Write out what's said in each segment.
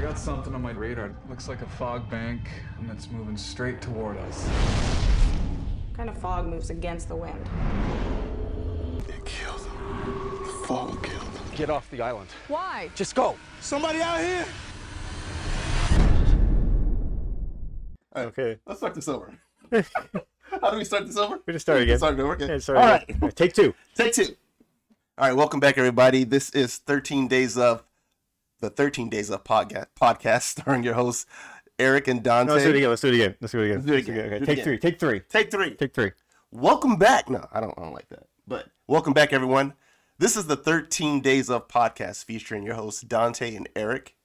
got something on my radar. Looks like a fog bank, and it's moving straight toward us. Kind of fog moves against the wind. It killed them. The fall killed them. Get off the island. Why? Just go. Somebody out here! Okay. Let's start this over. How do we start this over? We just started again. Start it over. Okay. Yeah, sorry. All right. All right, Take two. Take two. All right, welcome back, everybody. This is 13 Days of the 13 Days of podcast, podcast starring your hosts, Eric and Dante. No, let's do it again. Let's do it again. Let's do it again. Let's do it again. Okay, Do it Take again. three. Take three. Take three. Take three. Welcome back. No, I don't, I don't like that. But welcome back, everyone. This is the 13 Days of podcast featuring your hosts, Dante and Eric.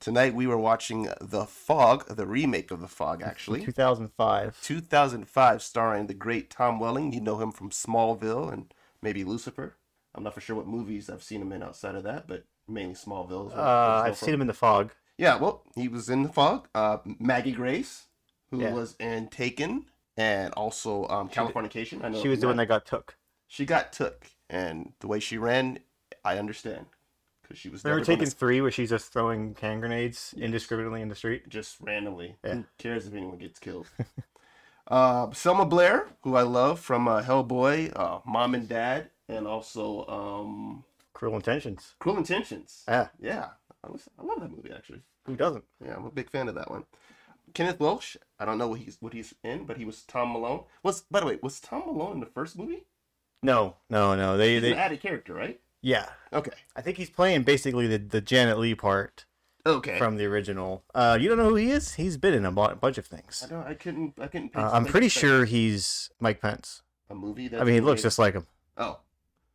Tonight, we were watching The Fog, the remake of The Fog, actually. 2005. 2005, starring the great Tom Welling. You know him from Smallville and maybe Lucifer. I'm not for sure what movies I've seen him in outside of that, but mainly Smallville. is what- Uh, is I've known seen for. him in the fog. Yeah, well, he was in The Fog. Uh, Maggie Grace, who Yeah. was in Taken, and also um, Californication. I know She was the one that got took. she got took, and the way she ran, I understand because she was the Remember other one taking that's three where she's just throwing hand grenades indiscriminately in the street? just randomly. Yeah. Who cares if anyone gets killed? uh, Selma Blair, who I love from uh, Hellboy, uh, Mom and Dad, and also um, Cruel intentions. Cruel Intentions. Yeah. Yeah, I, was, I love that movie actually. Who doesn't? Yeah, I'm a big fan of that one. Kenneth Welsh, I don't know what he's what he's in, but he was Tom Malone. Was by the way, was Tom Malone in the first movie? No, no, no. They, He's an they, added character, right? yeah. Okay. I think he's playing basically the, the Janet Lee part Okay. from the original. Uh, you don't know who he is? He's been in a bu- bunch of I things. don't. I couldn't. I couldn't. Uh, pinch- I'm pretty pinch- sure he's Mike Pence. a movie. That I mean, he looks just like him. Oh,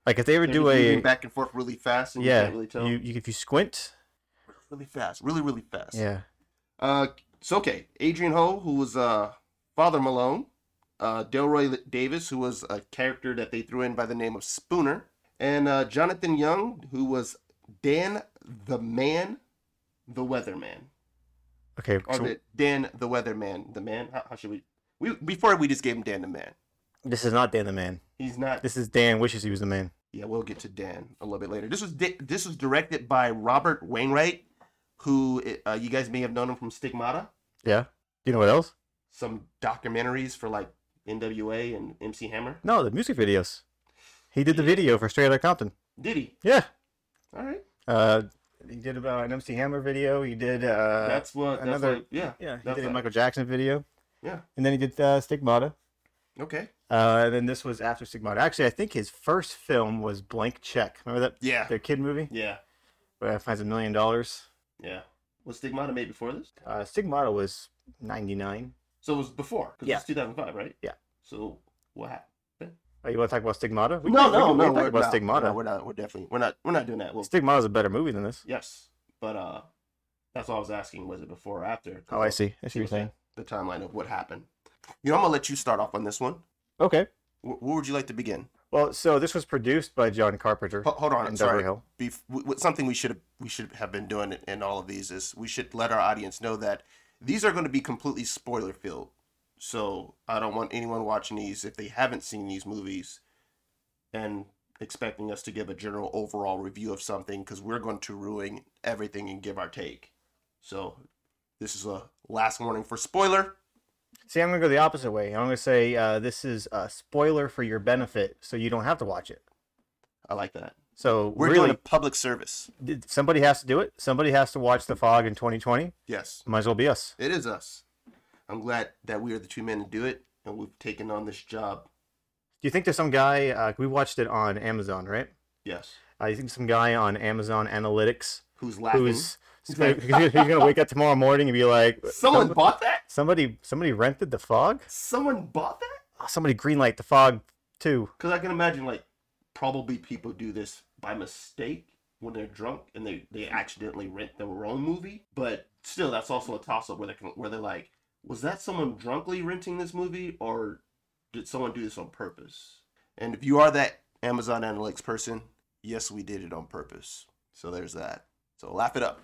Like if they ever They're do just a moving back and forth really fast, and you yeah, can't really tell. you, you if you squint, Really fast, really really fast. yeah, Uh, it's okay. Adrian Ho, who was uh Father Malone, uh Delroy Davis, who was a character that they threw in by the name of Spooner, and uh Jonathan Young, who was Dan the Man, the Weatherman. okay. Or so the, Dan the Weatherman, the Man. How, how should we? We before we just gave him Dan the Man. this is not Dan the man. He's not. This is Dan wishes he was the man. Yeah, we'll get to Dan a little bit later. This was di- this was directed by Robert Wainwright, who uh, you guys may have known him from Stigmata, Yeah. Do you know what else? some documentaries for like NWA and MC Hammer. No, the music videos. He did the video for Straight Outta Compton. Did he? Yeah. All right, Uh, he did about an MC Hammer video. He did uh, that's what. That's another- what- yeah, yeah. He that's did a what- Michael Jackson video, Yeah. and then he did uh, Stigmata. Okay. Uh, and then this was after Stigmata. Actually, I think his first film was Blank Check. Remember that? Yeah. The kid movie Yeah. where he finds a million dollars. Yeah. Was Stigmata made before this? Uh, Stigmata was ninety nine. So it was before because Yeah. it's 2005, right? Yeah. So what happened? Oh, you want to talk about Stigmata? We no, can- we no, can- we no. can talk We're about not, Stigmata. No, we're not. We're definitely. We're not. We're not doing that. Well, Stigmata is a better movie than this. yes, but uh, that's all I was asking. Was it before or after? Oh, I see. I see what you're Okay. saying. the timeline of what happened. You know, I'm gonna let you start off on this one. Okay. Wh- where would you like to begin? Well, so this was produced by John Carpenter. Ho- hold on, I'm and sorry. Deborah Hill. Bef- w- w- something we should have we should have been doing in- in all of these is we should let our audience know that these are going to be completely spoiler filled. So I don't want anyone watching these if they haven't seen these movies and expecting us to give a general overall review of something because we're going to ruin everything and give our take. So this is a last warning for spoiler. See, I'm gonna go the opposite way. I'm gonna say uh, this is a spoiler for your benefit, so you don't have to watch it. I like that. So We're really, doing a public service. did- somebody has to do it. Somebody has to watch The Fog in 2020. Yes. Might as well be us. It is us. I'm glad that we are the two men to do it, and we've taken on this job. Do you think there's some guy? Uh, we watched it on Amazon, right? Yes. I think some guy on Amazon Analytics Who's laughing? who's who's gonna, who's gonna wake up tomorrow morning and be like, Someone bought that? somebody somebody rented The Fog. Someone bought that? Oh, somebody greenlight The Fog too. Because I can imagine, like, probably people do this by mistake when they're drunk and they, they accidentally rent their own movie. But still, that's also a toss up where, they can- where they're like, was that someone drunkly renting this movie, or did someone do this on purpose? And if you are that Amazon Analytics person, yes, we did it on purpose. So there's that. So laugh it up.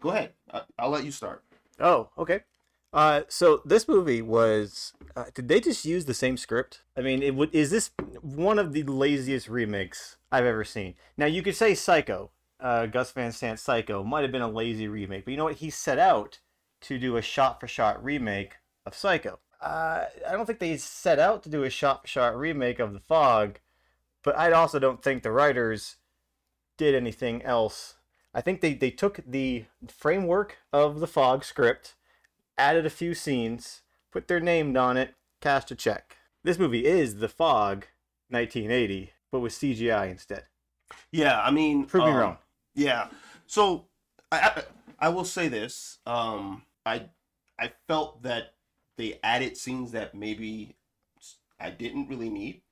Go ahead. I, I'll let you start. Oh, okay. Uh, so this movie was. Uh, did they just use the same script? I mean, it would. Is this one of the laziest remakes I've ever seen? Now you could say Psycho, uh, Gus Van Sant Psycho might have been a lazy remake, but you know what? He set out to do a shot-for-shot remake of Psycho. Uh, I don't think they set out to do a shot-for-shot remake of The Fog, but I also don't think the writers did anything else. I think they, they took the framework of the Fog script, added a few scenes, put their name on it, cast a check. This movie is The Fog 1980, but with CGI instead. Yeah, I mean, Prove me um, wrong. Yeah. So I, I I will say this. Um, I I felt that they added scenes that maybe I didn't really need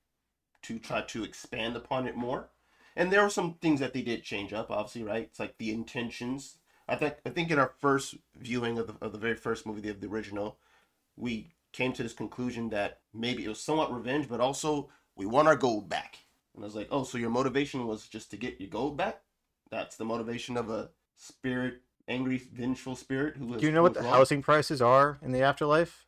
to try to expand upon it more. And there were some things that they did change up, obviously, right? It's like the intentions. I think I think in our first viewing of the, of the very first movie, the, the original, we came to this conclusion that maybe it was somewhat revenge, but also we want our gold back. And I was like, oh, so your motivation was just to get your gold back? That's the motivation of a spirit, angry, vengeful spirit who was. Do you know what the housing prices are in the afterlife?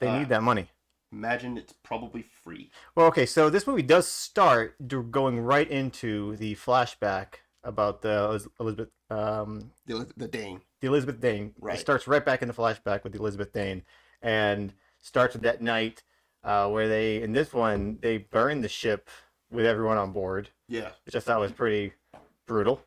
They Uh, need that money. Imagine it's probably free. Well, okay, so this movie does start d- going right into the flashback about the Elis- Elizabeth, um, The, the Dane. the Elizabeth Dane. Right. It starts right back in the flashback with the Elizabeth Dane, and starts with that night uh, where they in this one they burn the ship with everyone on board, Yeah. which I Mm-hmm. thought was pretty brutal.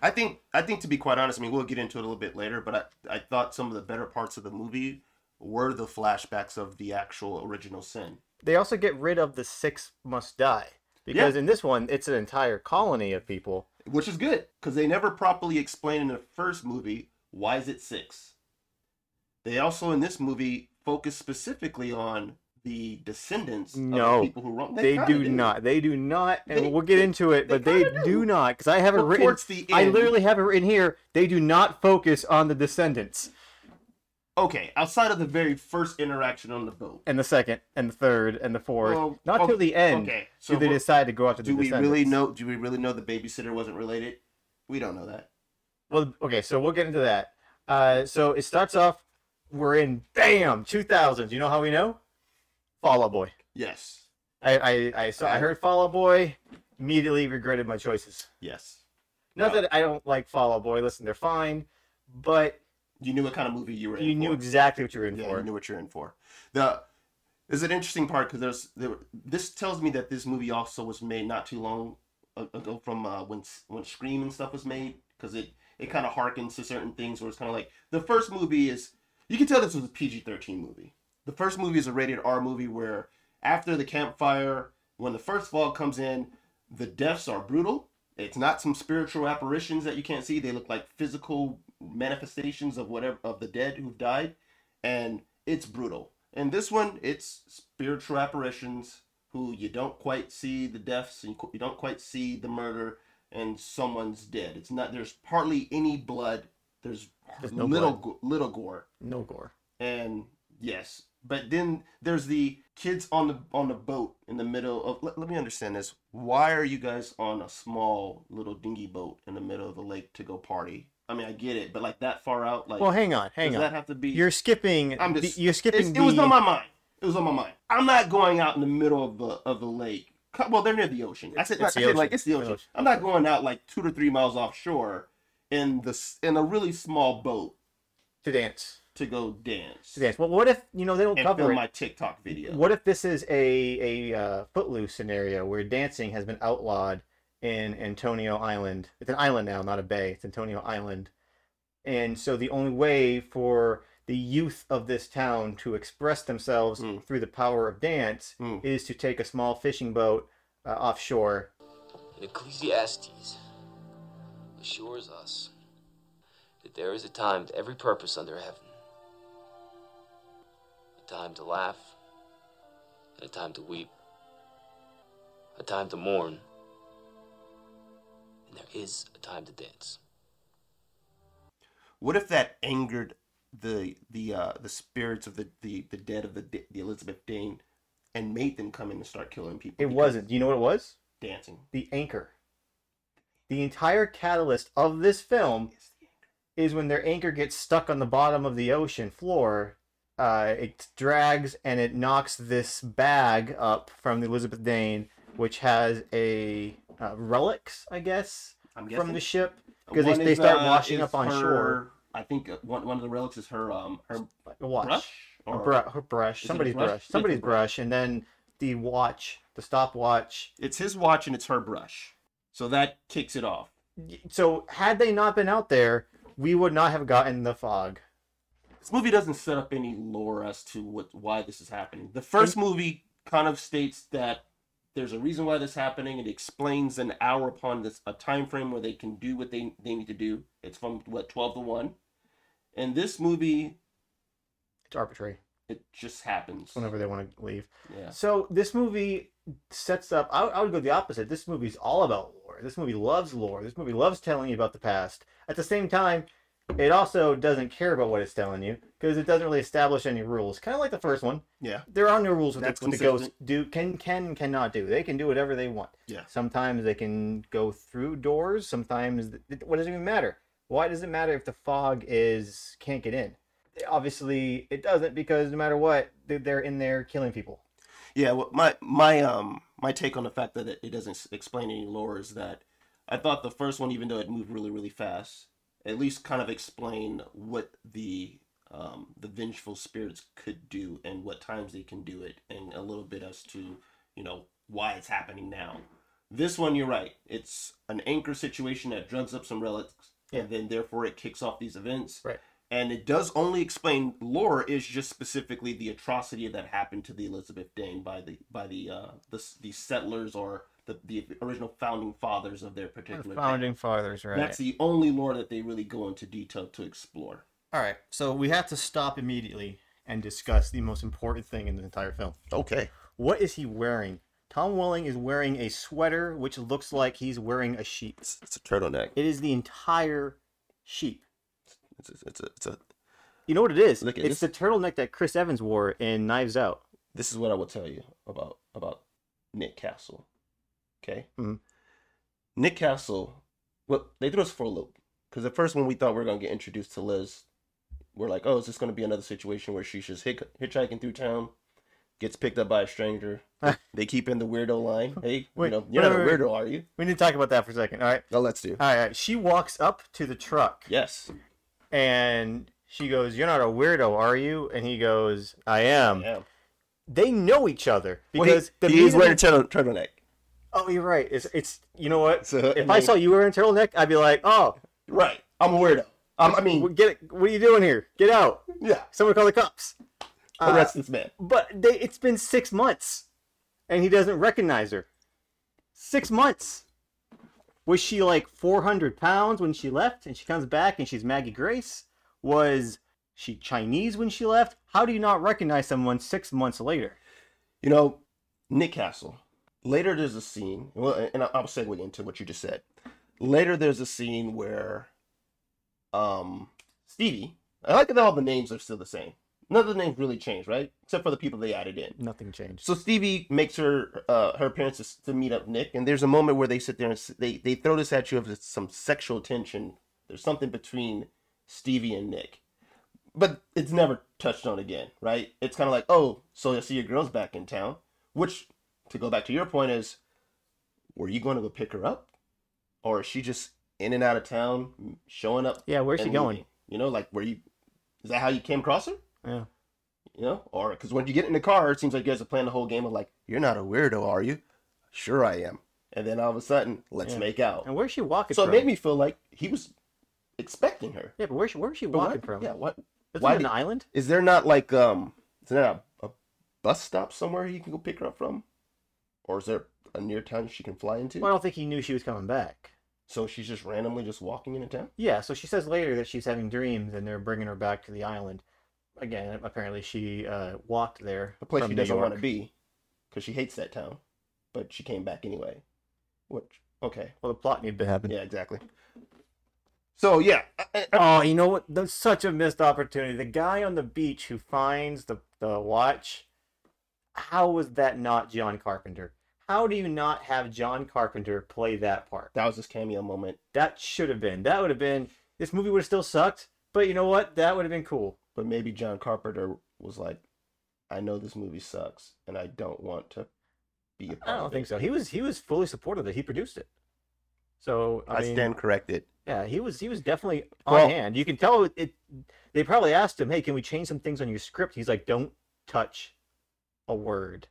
I think I think to be quite honest, I mean we'll get into it a little bit later, but I, I thought some of the better parts of the movie were the flashbacks of the actual original sin. They also get rid of the six must die because in this one it's an entire colony of people. Which is good, because they never properly explain in the first movie why is it six. They also in this movie focus specifically on the descendants of No, the people who wrong. they kinda do not. They do not, and They- we'll get they- into it. they but they kinda do, do. not, because I have it Well, written. towards the I end. literally have it written here. They do not focus on the descendants, Okay, outside of the very first interaction on the boat. and the second, and the third, and the fourth. Well, not okay- till the end okay, so do they we're- decide to go after the Do we descendants. really know do we really know the babysitter wasn't related? We don't know that. Well, okay, so we'll get into that. Uh, so it starts off. We're in bam 2000s. You know how we know? Fall Out Boy. Yes. I I I, saw, I heard Fall Out Boy. Immediately regretted my choices. Yes. Not Wow. that I don't like Fall Out Boy. Listen, they're fine, but you knew what kind of movie you were in. you knew for. exactly what you were in Yeah, for. you knew what you're in for. The is an interesting part because there's there, were- this tells me that this movie also was made not too long a- ago from uh, when S- when Scream and stuff was made because it it kind of harkens to certain things where it's kind of like the first movie is you can tell this was a PG-13 movie. The first movie is a rated R movie where after the campfire when the first fog comes in the deaths are brutal. It's not some spiritual apparitions that you can't see. They look like physical manifestations of whatever of the dead who've died and it's brutal. And this one, it's spiritual apparitions who you don't quite see the deaths, and you qu- you don't quite see the murder, and someone's dead. It's not. There's hardly any blood. There's, There's no little blood. go- little gore, No gore. and yes. But then there's the kids on the on the boat in the middle of. Let, let me understand this. Why are you guys on a small little dinghy boat in the middle of the lake to go party? I mean, I get it, but like that far out, like Well, hang on, does hang on. that have to be? You're skipping. I'm the- just- you're skipping. It's- it was the- on my mind. It was on my mind. I'm not going out in the middle of the of the lake. Co- Well, they're near the ocean. I said, It's I the said like ocean. it's the The ocean. ocean. I'm not going out like two to three miles offshore in the s- in a really small boat to dance. to go dance To dance. Well, what if you know they don't and cover film it? my TikTok video. What if this is a a uh, footloose scenario where dancing has been outlawed in Antonio Island? It's an island now, not a bay. It's Antonio Island, and so the only way for the youth of this town to express themselves Mm. through the power of dance Mm. is to take a small fishing boat uh, offshore. In Ecclesiastes, assures us that there is a time to every purpose under heaven a time to laugh, and a time to weep, a time to mourn, and there is a time to dance. What if that angered the the uh, the spirits of the, the the dead of the D- the Elizabeth Dane and made them come in and start killing people? It because wasn't. You know what it was? dancing. the anchor. The entire catalyst of this film is when their anchor gets stuck on the bottom of the ocean floor. Uh, it drags and it knocks this bag up from the Elizabeth Dane, which has a uh, relics, I guess, I'm from guessing. the ship because they, One they is, start uh, washing is up on her- shore. I think uh, one one of the relics is her um her Like a watch, brush a or bru- her brush, Is it a somebody's brush, brush? It's a somebody's brush. brush, and then the watch, the stopwatch. it's his watch and it's her brush. So that kicks it off. So had they not been out there, we would not have gotten the fog. This movie doesn't set up any lore as to what why this is happening. The first movie kind of states that there's a reason why this is happening. It explains an hour upon this a time frame where they can do what they, they need to do. It's from what twelve to one. And this movie, It's arbitrary. it just happens. It's whenever they want to leave. Yeah. So this movie sets up. I, I would go the opposite. This movie's all about lore. This movie loves lore. This movie loves telling you about the past. At the same time, it also doesn't care about what it's telling you because it doesn't really establish any rules. Kind of like the first one. Yeah. There are no rules with That's what the ghosts do can can and cannot do. They can do whatever they want. Yeah. Sometimes they can go through doors. Sometimes th- what does it even matter? Why does it matter if the fog is can't get in? Obviously, it doesn't because no matter what, they- they're in there killing people. Yeah, well, my my um my take on the fact that it, it doesn't s- explain any lore is that I thought the first one, even though it moved really really fast, at least kind of explained what the um the vengeful spirits could do and what times they can do it, and a little bit as to you know why it's happening now. This one, you're right. It's an anchor situation that drugs up some relics, and then therefore it kicks off these events Right. and it does only explain lore is just specifically the atrocity that happened to the Elizabeth Dane by the by the uh the, the settlers or the, the original founding fathers of their particular Founding fathers, town. right? That's the only lore that they really go into detail to explore. All right, so we have to stop immediately and discuss the most important thing in the entire film. Okay. What is he wearing? Tom Welling is wearing a sweater which looks like he's wearing a sheep. It's, it's a turtleneck. It is the entire sheep. It's a, it's a, it's a You know what it is? Look at it's the turtleneck that Chris Evans wore in Knives Out. this is what I will tell you about about Nick Castle. Okay. Mhm. Nick Castle. Well, they threw us for a loop because at first when we thought we were gonna get introduced to Liz, we're like, oh, is this gonna be another situation where she's just hitch- hitchhiking through town, gets picked up by a stranger? they keep in the weirdo line. Hey, Wait, you know, you're not wait, a wait, weirdo, are you? We need to talk about that for a second. All right. No, Oh, let's do. All right. all right. She walks up to the truck Yes. and she goes, You're not a weirdo, are you? And he goes, I am. Yeah. They know each other because well, the he, he is reason- wearing a turtle, turtleneck. Oh, you're right. It's, it's you know what? So, if and I they- saw you wearing a turtleneck, I'd be like, Oh, Right. I'm a weirdo. Um, I well, mean, get it. What are you doing here? Get out. yeah. Someone call the cops. Uh, Arrest this man. But they, it's been six months, and he doesn't recognize her. Six months. Was she like 400 pounds when she left, and she comes back and she's Maggie Grace? Was she Chinese when she left? How do you not recognize someone six months later? You know, Nick Castle. Later, there's a scene. Well, and I'll I'll segue into what you just said. Later, there's a scene where, um, Stevie. I like that all the names are still the same. None of the names really changed, right? Except for the people they added in. Nothing changed. So Stevie makes her uh, her parents to, to meet up Nick, and there's a moment where they sit there and s- they they throw this at you of some sexual tension. There's something between Stevie and Nick, but it's never touched on again, right? It's kind of like, oh, so I see your girl's back in town. Which, to go back to your point, is were you going to go pick her up, or is she just in and out of town, showing up? Yeah, where's she and going? leaving? You know, like were you? Is that how you came across her? Yeah. you know, or because when you get in the car, it seems like you guys are playing the whole game of like, you're not a weirdo, are you? Sure, I am. And then all of a sudden, let's Yeah. make out. And where's she walking So it from? made me feel like he was expecting her. Yeah, but where's she, where's she But why- walking from? Yeah, what? Isn't why it an did- island? Is there not like um? Is there not a, a bus stop somewhere you can go pick her up from, or is there a near town she can fly into? Well, I don't think he knew she was coming back. so she's just randomly just walking into town. Yeah, so she says later that she's having dreams and they're bringing her back to the island. Again, apparently she uh, walked there. a place from she New doesn't want to York. be, because she hates that town, but she came back anyway. Which okay, Well, the plot needed to happen. yeah, exactly. So yeah, I- I- Oh, you know what? That's such a missed opportunity. The guy on the beach who finds the, the watch, how was that not John Carpenter? How do you not have John Carpenter play that part? that was his cameo moment. That should have been. That would have been. This movie would have still sucked, but you know what? That would have been cool. But maybe John Carpenter was like, I know this movie sucks, and I don't want to be a part I don't of think it. so. He was he was fully supportive that he produced it. So I, I mean, stand corrected. Yeah, he was he was definitely on hand. You can tell it, it. They probably asked him, "Hey, can we change some things on your script?" He's like, "Don't touch a word.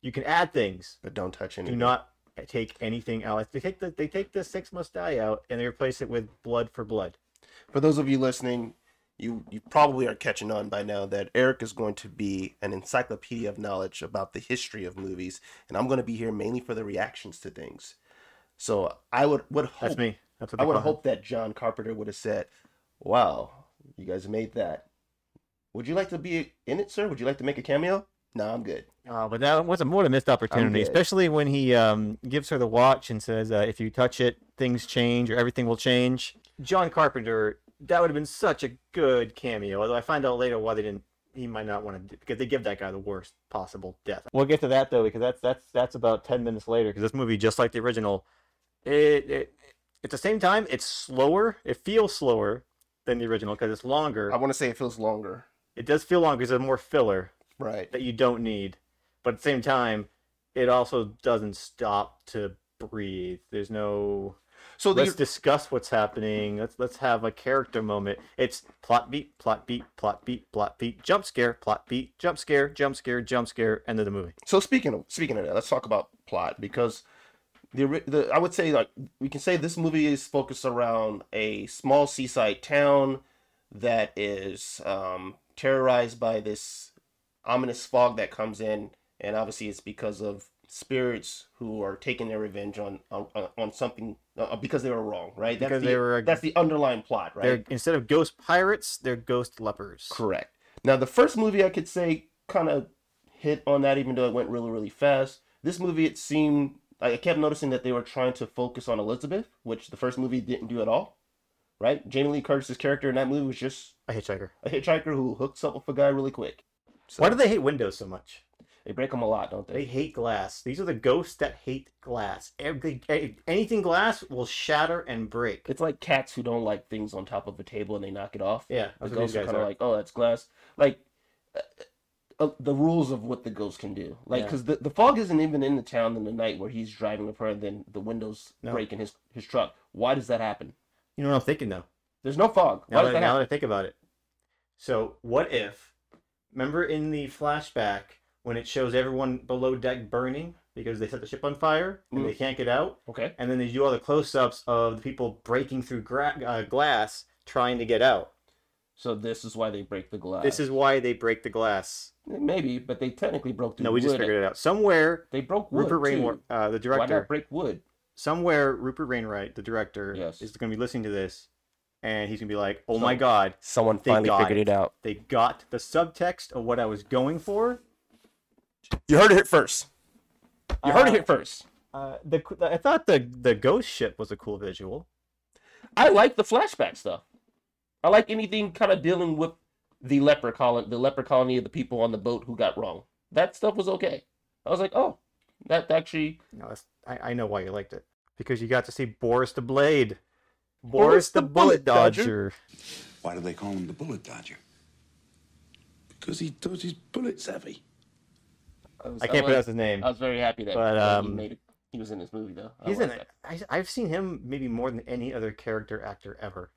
You can add things. But don't touch Do anything. not take anything out. They take the they take the six must die out and they replace it with blood for blood." For those of you listening, you you probably are catching on by now that Eric is going to be an encyclopedia of knowledge about the history of movies, and I'm going to be here mainly for the reactions to things. So I would would hope That's me. That's what Oh. I they would call have him. hoped that John Carpenter would have said, "Wow, you guys made that. Would you like to be in it, sir? Would you like to make a cameo?" No, I'm good. Oh, but that was a more a missed opportunity, good. especially when he um, gives her the watch and says, uh, "If you touch it, things change, or everything will change." John Carpenter, that would have been such a good cameo. Although I find out later why they didn't. He might not want to do, because they give that guy the worst possible death. We'll get to that though, because that's that's that's about ten minutes later. Because this movie, just like the original, it, it at the same time it's slower. It feels slower than the original because it's longer. I want to say it feels longer, It does feel longer because there's more filler right? that you don't need. But at the same time, it also doesn't stop to breathe. There's no So let's the, discuss what's happening. Let's let's have a character moment. It's plot beat, plot beat, plot beat, plot beat, jump scare, plot beat, jump scare, jump scare, jump scare, end of the movie. so speaking of speaking of that, let's talk about plot because the, ori- the I would say like we can say this movie is focused around a small seaside town that is um, terrorized by this ominous fog that comes in, and obviously it's because of spirits who are taking their revenge on on, on something uh, because they were wrong, right? That's Because the, they were- that's the underlying plot, right? They're instead of ghost pirates, they're ghost lepers. Correct. Now, the first movie I could say kind of hit on that, even though it went really, really fast. This movie, it seemed I kept noticing that they were trying to focus on Elizabeth, which the first movie didn't do at all. Right? Jamie Lee Curtis's character in that movie was just A hitchhiker. a hitchhiker who hooks up with a guy really quick. So Why do they hate windows so much? they break them a lot, don't They they? hate glass. These are the ghosts that hate glass. Everything, anything glass will shatter and break. It's like cats who don't like things on top of a table and they knock it off. Yeah, the that's what these ghosts are guys kind of are. like, oh, that's glass. Like uh, uh, the rules of what the ghost can do, like Yeah. because the, the fog isn't even in the town in the night where he's driving with her, and then the windows No. break in his his truck. Why does that happen? You know what I'm thinking though. There's no fog. Why Now, does that, that now happen? that I think about it. So, what if, remember in the flashback when it shows everyone below deck burning because they set the ship on fire and they can't get out? Okay, And then they do all the close ups of the people breaking through gra- uh, glass trying to get out. so this is why they break the glass. Eh, This is why they break the glass. maybe, but they technically broke through. No, we just wood. figured it out. Somewhere, They broke wood. Rupert too. Rainwater, uh, the Why director, not break wood? somewhere Rupert Rainwright, the director, Yes. is going to be listening to this and he's going to be like, oh So- my God, Someone They finally got figured it it. out. they got the subtext of what I was going for. You heard it here first. You heard Uh, it here first. Uh, the qu- I thought the the ghost ship was a cool visual. I like the flashback stuff. I like anything kind of dealing with the leper colony, the leper colony of the people on the boat who got wrong. That stuff was okay. I was like, oh, that actually No, that's, I I know why you liked it because you got to see Boris the Blade, Boris, Boris the, the Bullet Bullet Dodger. Why do they call him the bullet dodger? Because he throws his bullets heavy. I, was, I can't was, pronounce his name. I was very happy that, But, that um, he made it. He was in this movie though. I He's in like it. that. I, I've seen him maybe more than any other character actor ever.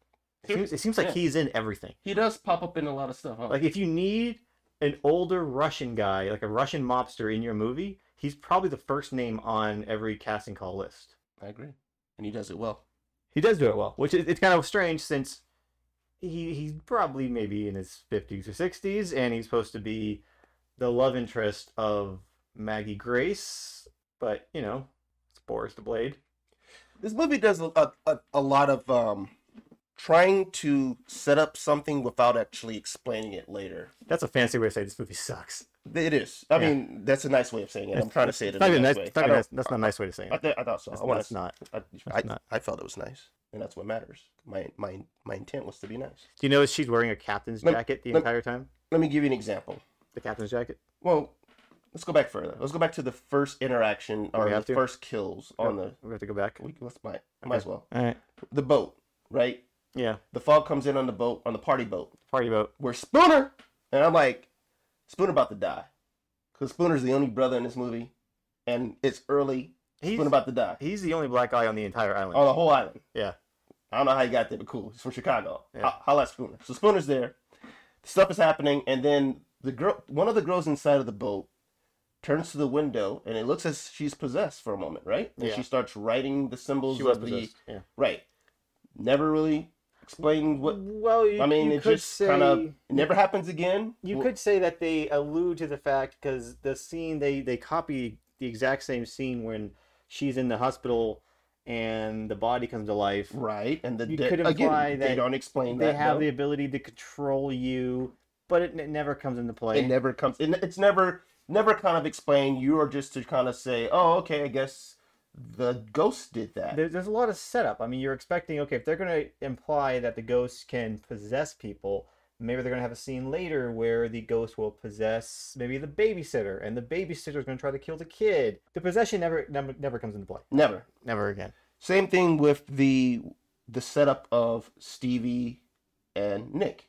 It seems, it seems like Yeah. Oh. he's in everything. He does pop up in a lot of stuff. Huh? Like if you need an older Russian guy, like a Russian mobster in your movie, he's probably the first name on every casting call list. I agree, and he does it well. He does do it well, which is it's kind of strange since he he's probably maybe in his fifties or sixties, and he's supposed to be the love interest of Maggie Grace, but you know, it's Boris the Blade. This movie does a, a, a lot of um, trying to set up something without actually explaining it later. That's a fancy way to say this movie sucks. It is. I Yeah. mean, that's a nice way of saying it. I'm trying to say it. It's in not a even nice nice. way. it's not I even don't- nice- That's not a nice way to say I, it. th- I thought so. That's, I wanna that's not. I, I, That's not- I felt it was nice, and that's what matters. My my my intent was to be nice. Do you notice she's wearing a captain's Lem- jacket the lem- entire time? Let me give you an example. The captain's jacket. Well, let's go back further. Let's go back to the first interaction or Oh, we the have to? first kills on the. We have to go back. We, let's might might as well. All right. The boat, right? Yeah. The fog comes in on the boat on the party boat. Party boat. We're Spooner, and I'm like, Spooner about to die, because Spooner's the only brother in this movie, and it's early. He's Spooner about Oh, to die he's the only black guy on the entire island. on the whole island. Yeah. I don't know how he got there, but cool. He's from Chicago. Yeah. Ho- Holla at Spooner. So Spooner's there. Stuff is happening, and then the girl, one of the girls inside of the boat, turns to the window, and it looks as she's possessed for a moment, right? And Yeah. she starts writing the symbols She was of the possessed. Yeah. right. Never really explained what. Well, you, I mean, you it could just kind of say- never happens again. You Well, could say that they allude to the fact because the scene they they copy the exact same scene when she's in the hospital and the body comes to life. right, and the you de- could imply again they that don't explain They that. have though. the ability to control you, but it, it never comes into play. it never comes it, it's never never kind of explained you are just to kind of say oh okay i guess the ghost did that There, there's a lot of setup. I mean, you're expecting okay if they're going to imply that the ghosts can possess people. Maybe they're going to have a scene later where the ghost will possess maybe the babysitter, and the babysitter is going to try to kill the kid. The possession never, never, never comes into play. never Never again. same thing with the the setup of stevie and nick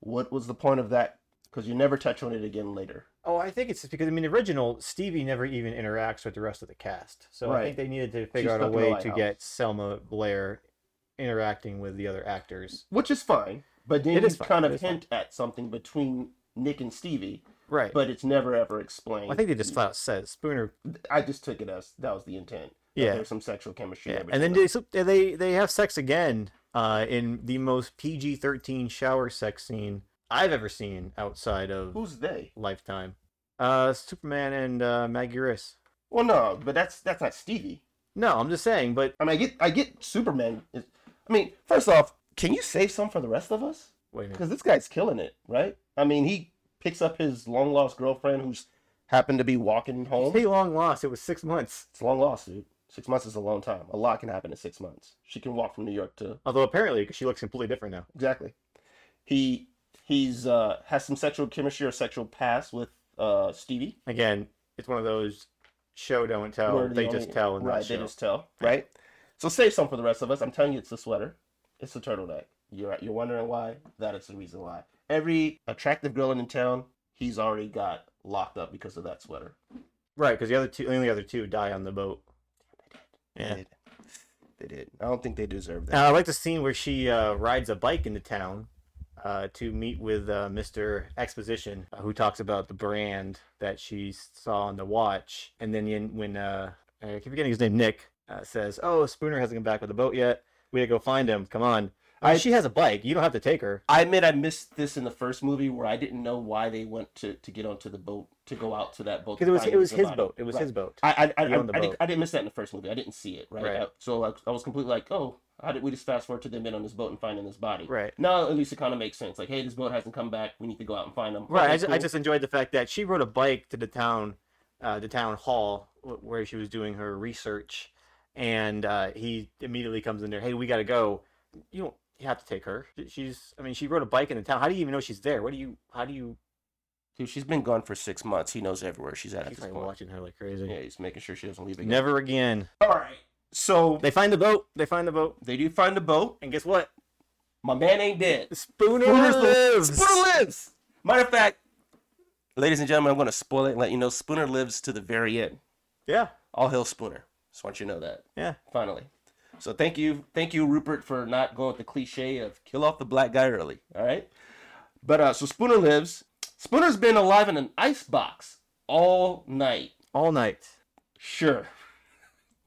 what was the point of that because you never touch on it again later Oh, I think it's just because I mean, the original Stevie never even interacts with the rest of the cast, so I Right. think they needed to figure She's out a stuck in the way to lighthouse. get Selma Blair interacting with the other actors. which is fine but It then is you fine, kind it of is fine. hint at something between nick and stevie Right. But but it's never ever explained I think they just flat out said Spooner. i just took it as that was the intent that Yeah. there's some sexual chemistry there And then between they so- they they have sex again uh, in the most PG-13 shower sex scene I've ever seen outside them. of who's they Lifetime. Uh, Superman and uh, Maggie Riss. Well, no, but that's that's not Stevie. No, I'm just saying, but I mean, I get I get Superman. is- I mean, first off, can you save some for the rest of us? wait a minute. Because this guy's killing it, right? I mean, he picks up his long lost girlfriend who's happened to be walking home. Hey, long lost. It was six months. It's a long lost, dude. Six months is a long time. A lot can happen in six months. She can walk from New York to Although apparently, because she looks completely different now. exactly. He he's uh has some sexual chemistry or sexual past with uh Stevie. Again, it's one of those show don't tell. Where they the just only- tell and right. not show. They just tell, right? So save some for the rest of us. I'm telling you, it's the sweater. It's the turtleneck. You're you're wondering why? That is the reason why. Every attractive girl in town, he's already got locked up because of that sweater. Right, because the other two, the only other two die on the boat. Yeah. They did. They did. I don't think they deserve Uh, that. I like the scene where she uh, rides a bike into town uh, to meet with uh, Mr. Exposition, uh, who talks about the brand that she saw on the watch. And then in, when uh, I keep forgetting his name, Nick uh, says, "Oh, Spooner hasn't come back with the boat yet. We gotta go find him. Come on." I I- mean, she has a bike. You don't have to take her. I admit I missed this in the first movie where I didn't know why they went to, to get onto the boat to go out to that boat. Because to it was find it was the his body. boat. It was Right. his boat. I I, I, You're I, on the I didn't, boat. I didn't miss that in the first movie. I didn't see it, right? Right. I- so I, I was completely like, oh, how did we just fast forward to them being on this boat and finding this body? Right. Now at least it kind of makes sense. Like, hey, this boat hasn't come back. We need to go out and find them. Right. I, ju- I just enjoyed the fact that she rode a bike to the town, uh, the town hall wh- where she was doing her research, and uh, he immediately comes in there. Hey, we gotta go. You don't you have to take her. Sh- She's. I mean, she rode a bike in the town. How do you even know she's there? What do you? How do you? Dude, she's been gone for six months. He knows everywhere she's at at He's this like point. watching her like crazy. Yeah, he's making sure she doesn't leave again. Never again. All right. So They find the boat. They find the boat. they do find the boat. And guess what? My man ain't dead. Spooner Spooner lives. Spooner lives. Matter of fact, ladies and gentlemen, I'm going to spoil it and let you know Spooner lives to the very end. Yeah. All hail Spooner. Just want you to know that. Yeah. finally. So thank you, thank you, Rupert, for not going with the cliche of kill off the black guy early. All right. But uh, so Spooner lives. Spooner's been alive in an ice box all night. All night. Sure.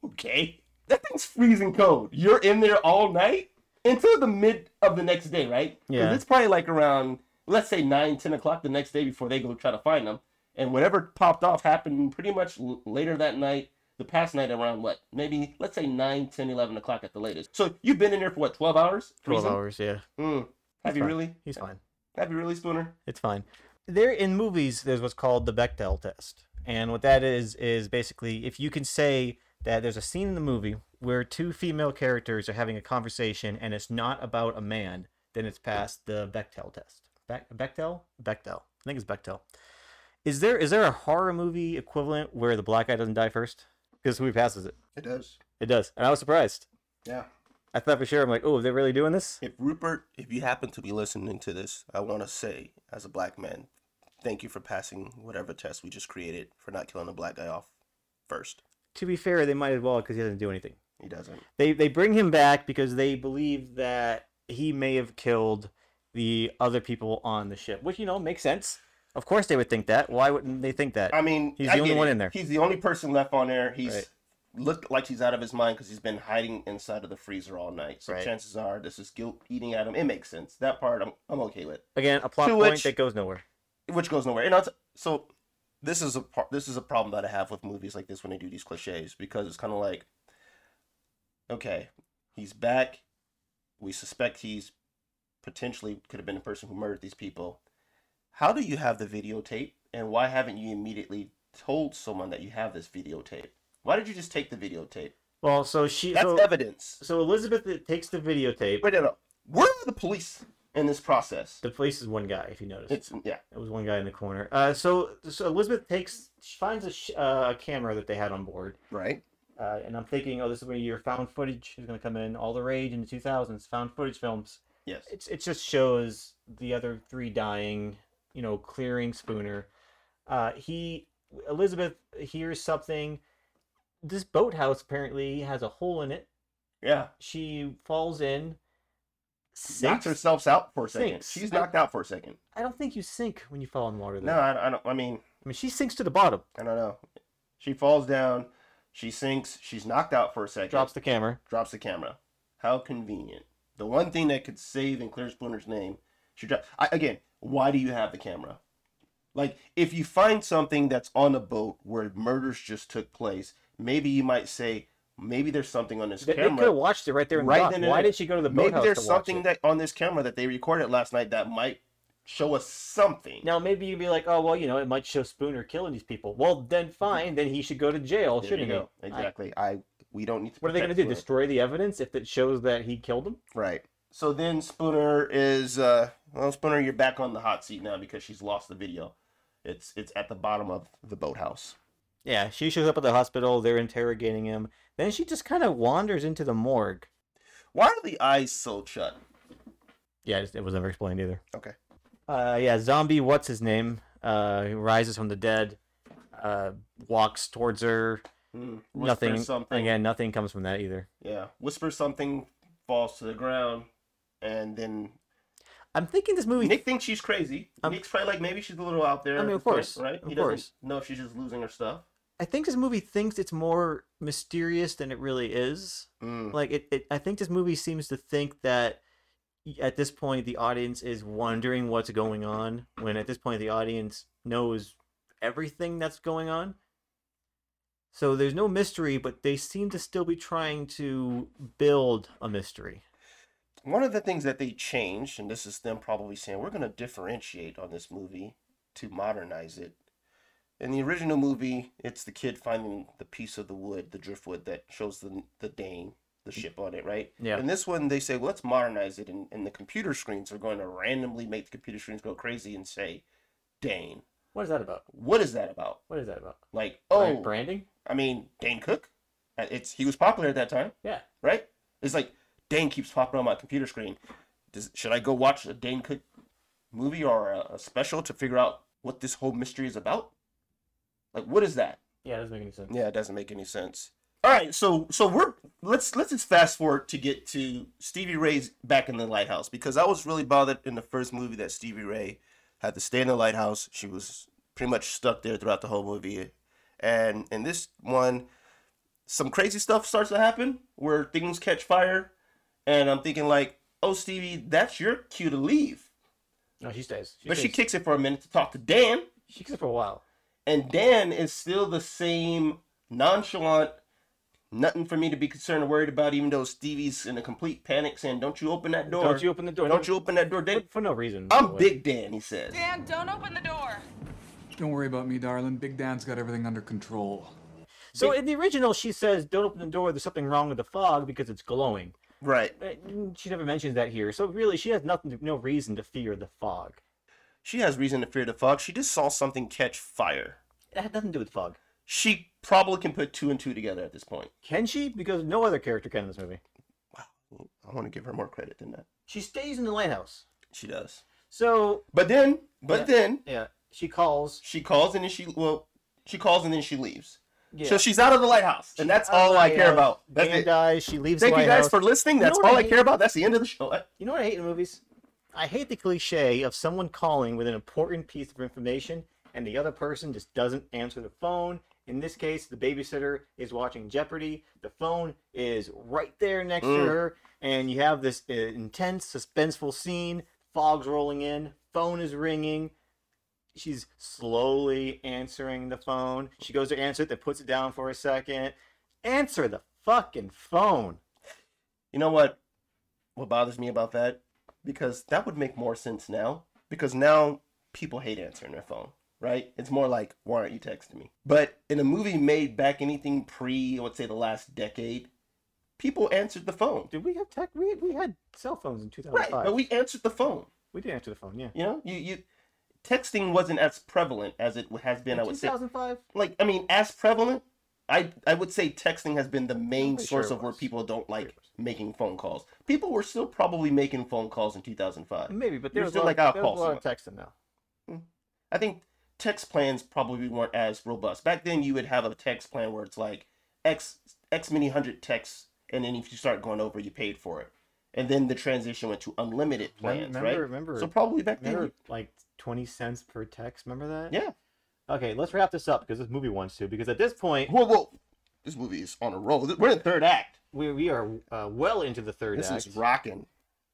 Okay. That thing's freezing cold. You're in there all night until the mid of the next day, right? 'Cause Yeah. It's probably like around let's say nine, ten o'clock the next day before they go try to find them. And whatever popped off happened pretty much l- later that night. The past night around what? Maybe let's say 9, 10, 11 o'clock at the latest. So you've been in there for what, 12 hours? Twelve Freezing? hours. Yeah. Mm. Have He's you fine. really? He's fine. Have you really, Spooner? It's fine. There in movies, there's what's called the Bechdel test, and what that is is basically if you can say that there's a scene in the movie where two female characters are having a conversation and it's not about a man, then it's passed the Bechdel test. Be- Bechdel, Bechdel. I think it's Bechdel. Is there is there a horror movie equivalent where the black guy doesn't die first? Because who passes it? It does. It does, and I was surprised. Yeah. I thought for sure I'm like, oh, they're really doing this. If Rupert, if you happen to be listening to this, I want to say, as a black man, thank you for passing whatever test we just created for not killing a black guy off first. To be fair, they might as well because he doesn't do anything. He doesn't. They they bring him back because they believe that he may have killed the other people on the ship, which you know makes sense. Of course, they would think that. Why wouldn't they think that? I mean, He's I the only get one it. in there. He's the only person left on there. He's Right. looked like he's out of his mind because he's been hiding inside of the freezer all night. So Right. chances are this is guilt eating at him. It makes sense. That part I'm I'm okay with, Again, a plot To point which- that goes nowhere. which goes nowhere. And I'll t- so this is a part. This is a problem that I have with movies like this when they do these cliches because it's kind of like, okay, he's back. We suspect he's potentially could have been the person who murdered these people. How do you have the videotape, and why haven't you immediately told someone that you have this videotape? Why did you just take the videotape? Well, so she That's so, evidence. so Elizabeth uh, takes the videotape. Wait, no, no. Where are the police in this process? The police is one guy, if you notice. It's yeah. It was one guy in the corner. Uh, so, so Elizabeth takes she finds a, sh- uh, a camera that they had on board, Right. uh, and I'm thinking, oh, this is where your found footage is going to come in, all the rage in the 2000s, found footage films. Yes. It's it just shows the other three dying, you know, clearing Spooner. Uh, he Elizabeth hears something. This boathouse apparently has a hole in it. Yeah. She falls in. knocks Sinks. herself out for a second. Sinks. She's knocked out for a second. I don't think you sink when you fall in water. Though. No, I, I don't. I mean, I mean she sinks to the bottom. I don't know. She falls down. She sinks. She's knocked out for a second. Drops the camera. drops the camera. How convenient. The one thing that could save and clear Spooner's name. She drops. I, again, why do you have the camera? Like, if you find something that's on a boat where murders just took place, maybe you might say, maybe there's something on this They, camera. could have watched it right there in the dock. then and Why there. did she go to the Maybe boathouse there's to watch something it? that on this camera that they recorded last night that might show us something. Now maybe you'd be like, oh well, you know, it might show Spooner killing these people. Well, then fine, then he should go to jail, There you shouldn't go. he? I- Exactly. I, we don't need to. what are they going protect to do? Spooner. Destroy the evidence if it shows that he killed them? Right. So then Spooner is uh well Spooner you're back on the hot seat now because she's lost the video. It's it's at the bottom of the boathouse. Yeah, she shows up at the hospital. They're interrogating him. Then she just kind of wanders into the morgue. Why are the eyes so shut? Yeah, it it was never explained either. Okay. Uh, yeah, zombie. What's his name? Uh, who rises from the dead. Uh, walks towards her. Hmm. Whispers Nothing. something. Again, nothing comes from that either. Yeah. Whispers something, falls to the ground, and then I'm thinking this movie. Nick thinks she's crazy. Um, Nick's probably like maybe she's a little out there. I mean, at of this point, course, right? of he doesn't course. know if she's just losing her stuff. I think this movie thinks it's more mysterious than it really is. Mm. like it, it i think this movie seems to think that y- at this point the audience is wondering what's going on when at this point the audience knows everything that's going on so there's no mystery but they seem to still be trying to build a mystery one of the things that they changed, and this is them probably saying, we're going to differentiate on this movie to modernize it. In the original movie, it's the kid finding the piece of the wood, the driftwood that shows the, the Dane, the ship on it, right? Mm. Yeah. In this one, they say, well, let's modernize it, and, and the computer screens are going to randomly make the computer screens go crazy and say, Dane. what is that about What is that about? what is that about Like, oh, branding I mean, Dane Cook. Uh, It's he was popular at that time yeah right? It's like Dane keeps popping on my computer screen. Does, should I go watch a Dane Cook movie or a, a special to figure out what this whole mystery is about? Like, what is that? yeah doesn't make any sense Yeah, it doesn't make any sense. All right, so so we're let's let's just fast forward to get to Stevie Ray's back in the lighthouse because I was really bothered in the first movie that Stevie Ray had to stay in the lighthouse. She was pretty much stuck there throughout the whole movie, and in this one, some crazy stuff starts to happen where things catch fire, and I'm thinking like, oh Stevie, that's your cue to leave. no she stays But she kicks it for a minute to talk to Dan, she kicks it for a while and Dan is still the same nonchalant, nothing for me to be concerned or worried about, even though Stevie's in a complete panic saying, Don't you open that door. don't you open the door Don't you open that door, Dan. for no reason by the I'm way. Big Dan, he says. Dan, don't open the door. Don't worry about me, darling. Big Dan's got everything under control. So in the original, she says, "Don't open the door. There's something wrong with the fog because it's glowing." Right. Uh, She never mentions that here. So really, she has nothing, no reason to fear the fog. She has reason to fear the fog. She just saw something catch fire. That had nothing to do with fog. She probably can put two and two together at this point. Can she? Because no other character can in this movie. I want to give her more credit than that. She stays in the lighthouse. She does. So But then, but Yeah. then, yeah, she calls. she calls and then she, well, she calls and then she leaves. Yeah. So she's out of the lighthouse, and that's all I care about. That's Dan it. dies. She leaves. Thank the you guys lighthouse. for listening. That's know what all I I hate? care about. That's the end of the show. I- You know what I hate in movies? I hate the cliche of someone calling with an important piece of information and the other person just doesn't answer the phone. In this case, the babysitter is watching Jeopardy. The phone is right there next to her, and you have this uh, intense, suspenseful scene. Fog's rolling in, phone is ringing. She's slowly answering the phone. She goes to answer it, then puts it down for a second. Answer the fucking phone. You know what? What bothers me about that? Because that would make more sense now. Because now people hate answering their phone, right? It's more like, why aren't you texting me? But in a movie made back anything pre, let's say, the last decade, people answered the phone. Did we have tech? We, we had cell phones in Right, 2005. but we answered the phone. We did answer the phone, yeah. You know, you you texting wasn't as prevalent as it has been. I would say, 2005? like, I mean, as prevalent. I I would say texting has been the main pretty source sure it of where was. people don't like it was. making phone calls. People were still probably making phone calls in 2005. Maybe, You're but there was, a still lot, like, like, I'll there call was a lot of texting now. I think text plans probably weren't as robust. Back then, you would have a text plan where it's like X X many hundred texts, and then if you start going over, you paid for it. And then the transition went to unlimited plans, remember, right? remember, So probably back then, remember, like 20 cents per text. Remember that? yeah. Okay, let's wrap this up because this movie wants to. Because at this point, Whoa, whoa! This movie is on a roll. We're in third act. we, we are uh, well into the third This act. is rocking.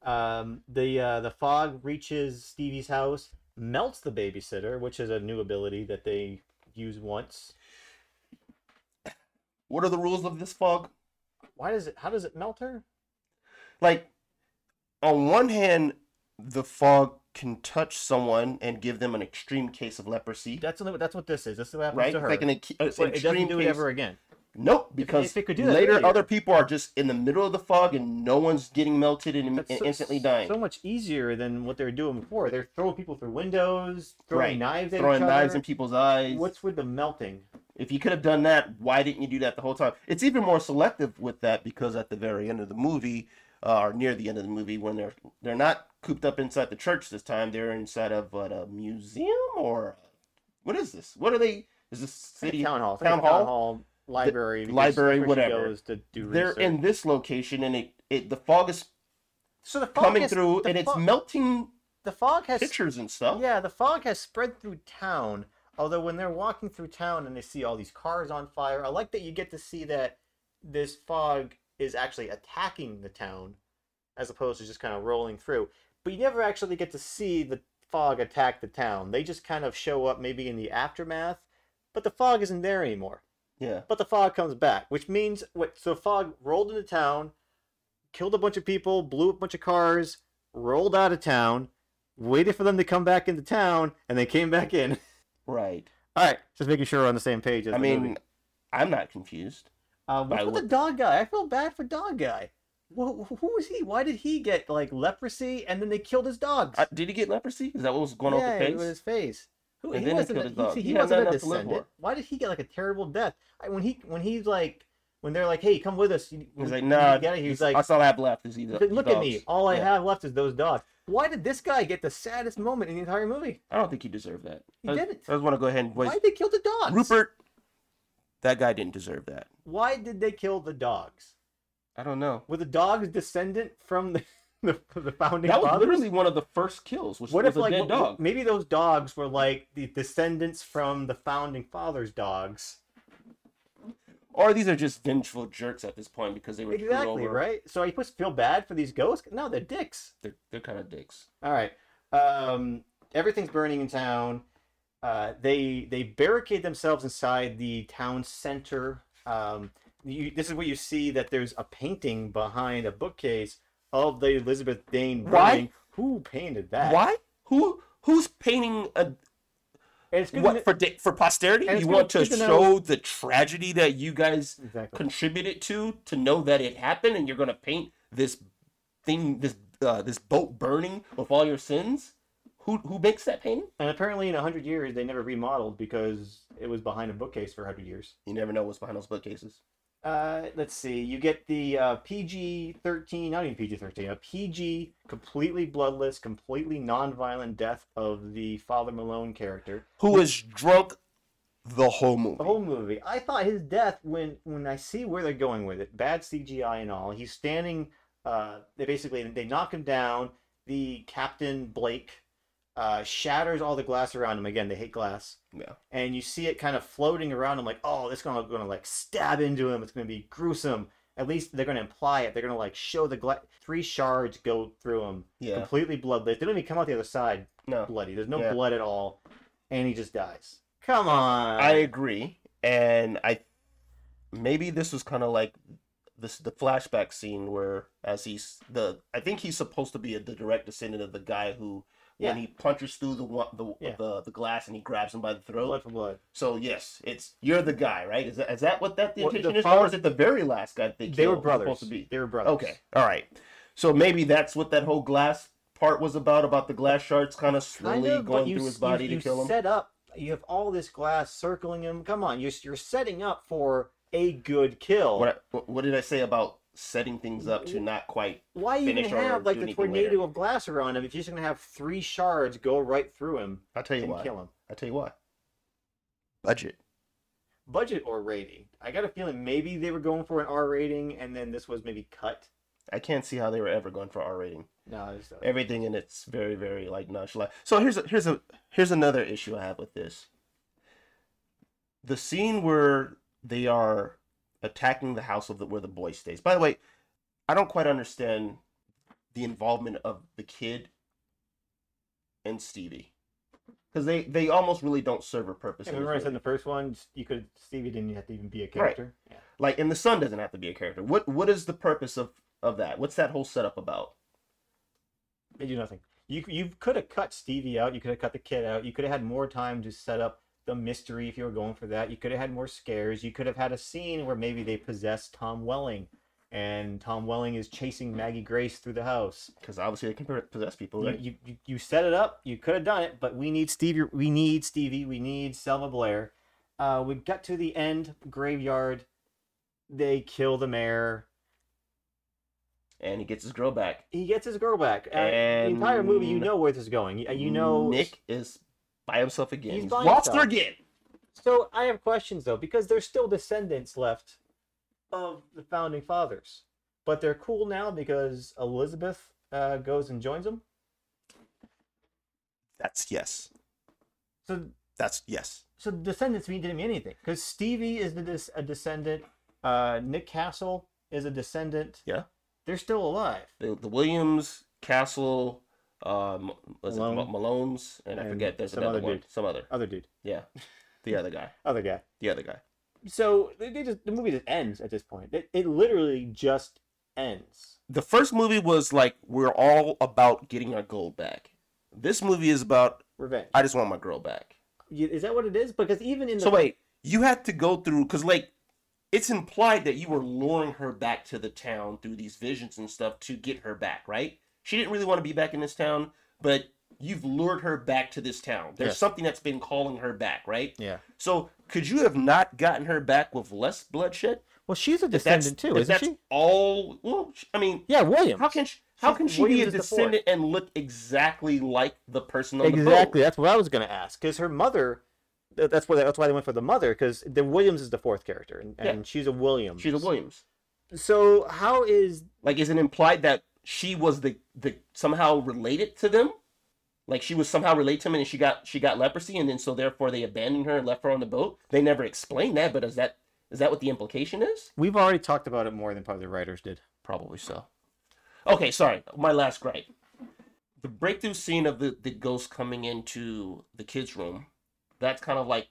um, the uh, the fog reaches Stevie's house, melts the babysitter, which is a new ability that they use once. What are the rules of this fog? Why does it? How does it melt her? like on one hand the fog can touch someone and give them an extreme case of leprosy That's what that's what this is. This is what happens right to It's her. like an, ac- it's But an it doesn't extreme do case it ever again. nope because if it could do that later earlier. other people are just in the middle of the fog and no one's getting melted and, That's and so- instantly dying So much easier than what they were doing before. They're throwing people through windows, throwing Right. knives at throwing each knives other. in people's eyes What's with the melting? if you could have done that, why didn't you do that the whole time? It's even more selective with that because at the very end of the movie, uh, or near the end of the movie, when they're they're not cooped up inside the church this time, they're inside of what, a museum or what is this? What are they? Is this city town hall. It's like Town a town hall. hall, library, because library, that's where she whatever. goes to do They're research. in this location, and it, it the fog is so the fog coming has- through, the and it's fog- melting The fog has pictures and stuff. Yeah, the fog has spread through town. Although when they're walking through town and they see all these cars on fire, I like that you get to see that this fog is actually attacking the town as opposed to just kind of rolling through. But you never actually get to see the fog attack the town. They just kind of show up maybe in the aftermath, but the fog isn't there anymore. yeah. But the fog comes back, which means what? So fog rolled into town, killed a bunch of people, blew up a bunch of cars, rolled out of town, waited for them to come back into town, and they came back in. right. All right, just making sure we're on the same page. As I the mean, movie. I'm not confused. Uh, what's I with would- the dog guy? I feel bad for dog guy. Who, who was he? Why did he get like leprosy, and then they killed his dogs? Uh, did he get leprosy? Is that what was going on yeah, with the face? with his face. Who, And he then they wasn't, killed a- his he- dog. see, He he had wasn't a nothing to live descendant. for. Why did he get like a terrible death? I, when he when he's like when they're like, "Hey, come with us," you, He's we- like, we nah. gotta-" he's this- like, that's all I have left is either. "Look at me! All I have left is those dogs." Why did this guy get the saddest moment in the entire movie? I don't think he deserved that. He I, didn't. I just want to go ahead and voice Why did they kill the dogs? Rupert. That guy didn't deserve that. Why did they kill the dogs? I don't know. Were the dogs descendant from the the, the founding That was fathers? literally one of the first kills, which What was if a like dead what- dog. maybe those dogs were like the descendants from the founding fathers' dogs? Or these are just vengeful jerks at this point because they were screwed Exactly, over. right? So are you supposed to feel bad for these ghosts? No, they're dicks. They're they're kind of dicks. All right. Um, everything's burning in town. Uh, they they barricade themselves inside the town center. Um, you, this is where you see that there's a painting behind a bookcase of the Elizabeth Dane Why? burning. Who painted that? Why? Who who's painting a And it's good what to- for da- for posterity? and it's You good- want to good to know- show the tragedy that you guys Exactly. contributed to to know that it happened, and you're gonna paint this thing, this uh, this boat burning with all your sins. Who who makes that painting? And apparently, in hundred years, they never remodeled because it was behind a bookcase for hundred years. You never know what's behind those bookcases. Uh, let's see. You get the uh, PG thirteen, not even PG thirteen, a PG completely bloodless, completely non-violent death of the Father Malone character. Who is drunk the whole movie. The whole movie. I thought his death when when I see where they're going with it, bad CGI and all. He's standing. Uh, they basically they knock him down. The captain Blake uh, shatters all the glass around him. Again, they hate glass, yeah. and you see it kind of floating around. I'm like, oh, it's gonna gonna like stab into him. It's gonna be gruesome. At least they're gonna imply it. They're gonna like show the gla- three shards go through him, Yeah. completely bloodless. They don't even come out the other side No. bloody. There's no Yeah. blood at all, and he just dies. Come on. I agree, and I maybe this was kind of like this the flashback scene where as he's the I think he's supposed to be a, the direct descendant of the guy who Yeah. when he punches through the wa- the, Yeah. the the glass and he grabs him by the throat. blood for blood. So yes, it's you're the guy, right? Is that, is that what that the Well, intention the is, father- or is it the very last guy? They, They were killed was brothers. Supposed to be. They were brothers. Okay, all right. So maybe that's what that whole glass part was about, about the glass shards kind of slowly Kind of, but going you, through his you- body you to kill him. set up. You have all this glass circling him. Come on, you're you're setting up for a good kill. What I- what did I say about setting things up to not quite? Why even finish or have do like the anything tornado later? of glass around him if you're just gonna have three shards go right through him I'll tell you and why. kill him? I'll tell you why. Budget. Budget or rating? I got a feeling maybe they were going for an R rating and then this was maybe cut. I can't see how they were ever going for R rating. No, it's, everything in it's very very like nonchalant so here's a, here's a here's another issue i have with this the scene where they are attacking the house of the, where the boy stays by the way i don't quite understand the involvement of the kid and stevie because they they almost really don't serve a purpose Yeah, in this remember I said in movie. the first one, you could Stevie didn't have to even be a Right. character. Yeah. like and the son doesn't have to be a character what what is the purpose of of that what's that whole setup about They do nothing. You you could have cut Stevie out. You could have cut the kid out. You could have had more time to set up the mystery if you were going for that. You could have had more scares. You could have had a scene where maybe they possess Tom Welling, and Tom Welling is chasing Maggie Grace through the house. because obviously they can possess people You, right? you you- you set it up. You could have done it, but we need Stevie. We need Stevie. We need Selma Blair. Uh, we got to the end graveyard. They kill the mayor. and he gets his girl back He gets his girl back. Uh, the entire movie, you And- know where this is going. Uh, You, you know Nick is by himself again. He's He's, by lost himself. again. So I have questions though, because there's still descendants left of the founding fathers, but they're cool now because Elizabeth uh, goes and joins them. That's yes. So, That's yes. so descendants mean didn't mean anything because Stevie is the des- a descendant. Uh, Nick Castle is a descendant. Yeah. They're still alive. The, the Williams Castle, um, was Malone. it Ma- Malone's, and, I And forget. There's some another other one. dude. Some other. Other dude, Yeah, the other guy. other guy. The other guy. So they, they just the movie just ends at this point. It, it literally just ends. The first movie was like we're all about getting our gold back. This movie is about Revenge. I just want my girl back. Y- Is that what it is? Because even in the So wait, you had to go through because like it's implied that you were luring her back to the town through these visions and stuff to get her back, right? She didn't really want to be back in this town, but you've lured her back to this town. There's Yes. something that's been calling her back, right? yeah. So could you have not gotten her back with less bloodshed? Well, she's a If that's- descendant too, if isn't that's she? All well, sh- I mean, Yeah, Williams. how can she, how She's- can she Williams be a is the fourth. descendant and look exactly like the person on the boat? exactly? That's what I was going to ask. Because her mother, th- that's where that's why they went for the mother. Because the Williams is the fourth character, and, Yeah. and she's a Williams. She's a Williams. So how is Like, is it implied that she was the the somehow related to them? Like she was somehow related to him, and she got she got leprosy, and then so therefore they abandoned her and left her on the boat. They never explained that, but is that is that what the implication is? we've already talked about it more than probably the writers did. Probably so. Okay, sorry, my last gripe. The breakthrough scene of the the ghost coming into the kids' room. That's kind of like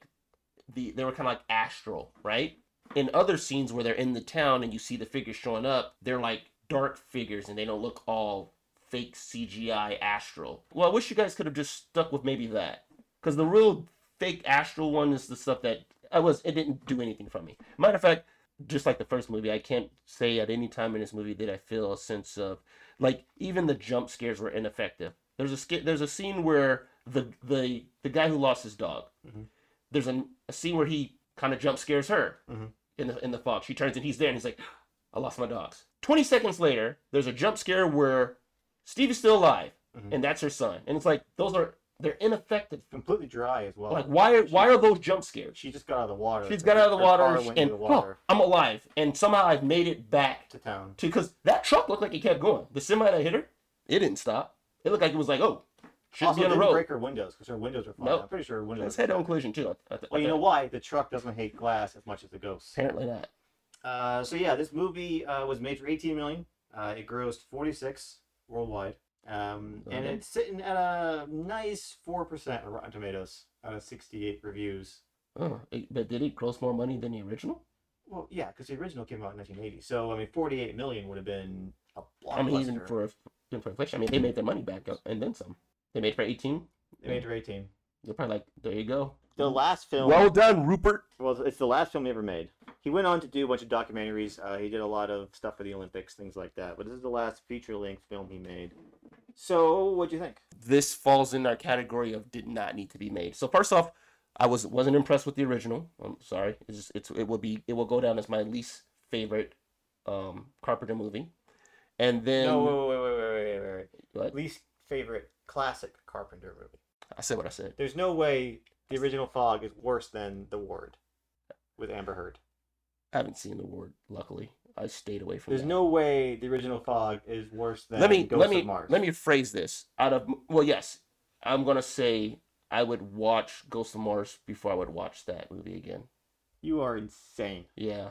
the they were kind of like astral, right? In other scenes where they're in the town and you see the figures showing up, they're like dark figures and they don't look all fake CGI astral. Well, I wish you guys could have just stuck with maybe that because the real fake astral one is the stuff that I was. It didn't do anything for me. Matter of fact, just like the first movie, I can't say at any time in this movie did I feel a sense of like even the jump scares were ineffective. There's a sca- there's a scene where the the the guy who lost his dog. There's a, a scene where he kind of jump scares her Mhm. in the in the fog. She turns and he's there and he's like, I lost my dogs. Twenty seconds later, there's a jump scare where Steve is still alive Mhm. and that's her son. And it's like those are They're ineffective. completely dry as well. Like why why are those jump scares? she just got out of the water. She's got out of the Her water car and went into the water "Huh, I'm alive, and somehow I've made it back to town. to because that truck looked like it kept going. The semi that hit her, it didn't stop. It looked like it was like oh, shouldn't Also, be on the didn't road. break her windows because her windows were fine. Nope. I'm pretty sure her windows. That's were head-on fine. collision too. I, I, Well, you know why? The truck doesn't hate glass as much as the ghosts. Apparently not. Uh, so yeah, this movie uh, was made for 18 million. Uh, it grossed 46 worldwide, um, and Okay. it's sitting at a nice four percent on Rotten Tomatoes out of 68 reviews. Oh, it- but did it gross more money than the original? Well, yeah, because the original came out in 1980, so I mean, 48 million would have been a blockbuster. I mean, even for even for inflation, I mean they made their money back up and then some. They made it for eighteen. they made it for 18. They're probably like, there you go. The last film. done, Rupert. Well, it's the last film he ever made. He went on to do a bunch of documentaries. Uh, he did a lot of stuff for the Olympics, things like that. But this is the last feature-length film he made. So, what'd you think? This falls in our category of did not need to be made. So first off, I was wasn't impressed with the original. I'm sorry. It's just, it's it will be it will go down as my least favorite um Carpenter movie. And then No, wait, wait, wait, wait, wait, wait, wait. what? Least favorite classic Carpenter movie. I said what I said. There's no way the original Fog is worse than The Ward with Amber Heard. I haven't seen the word. Luckily, I stayed away from. There's that. no way the original Fog is worse than let me Ghost let me of Mars. let me phrase this out of well yes i'm gonna say i would watch ghost of mars before i would watch that movie again You are insane. yeah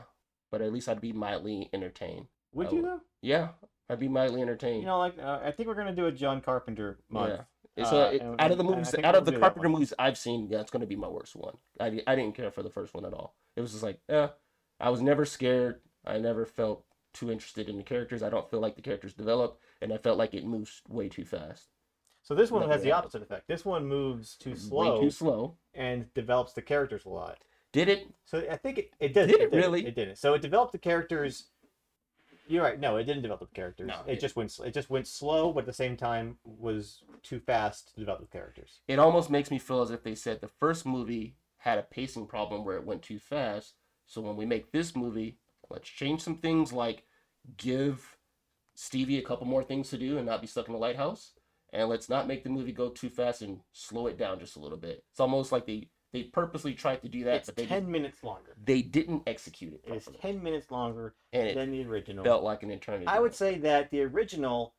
but at least i'd be mildly entertained Would I you would. though? yeah i'd be mildly entertained You know, like uh, I think we're gonna do a John Carpenter month. yeah It's, uh, Uh, it- and- out of the and- and I movies, think out we'll of the do that Carpenter one. movies I've seen, yeah, it's going to be my worst one. I, di- I didn't care for the first one at all. It was just like, eh. I was never scared. I never felt too interested in the characters. I don't feel like the characters develop, and I felt like it moves way too fast, So this one Let has me the out. opposite effect. This one moves too slow way too slow. and develops the characters a lot. Did it So I think it, it did. Did it it really? It didn't. So it developed the characters. You're right. No, it didn't develop the characters. No, it it- just went. sl- It just went slow, but at the same time was too fast to develop the characters. it almost makes me feel as if they said the first movie had a pacing problem where it went too fast. So when we make this movie, let's change some things like give Stevie a couple more things to do and not be stuck in the lighthouse. And let's not make the movie go too fast and slow it down just a little bit. It's almost like they, they purposely tried to do that, It's but they, ten didn't- minutes longer. they didn't execute it It is properly. ten minutes longer And it than the original. felt like an eternity. I would say that the original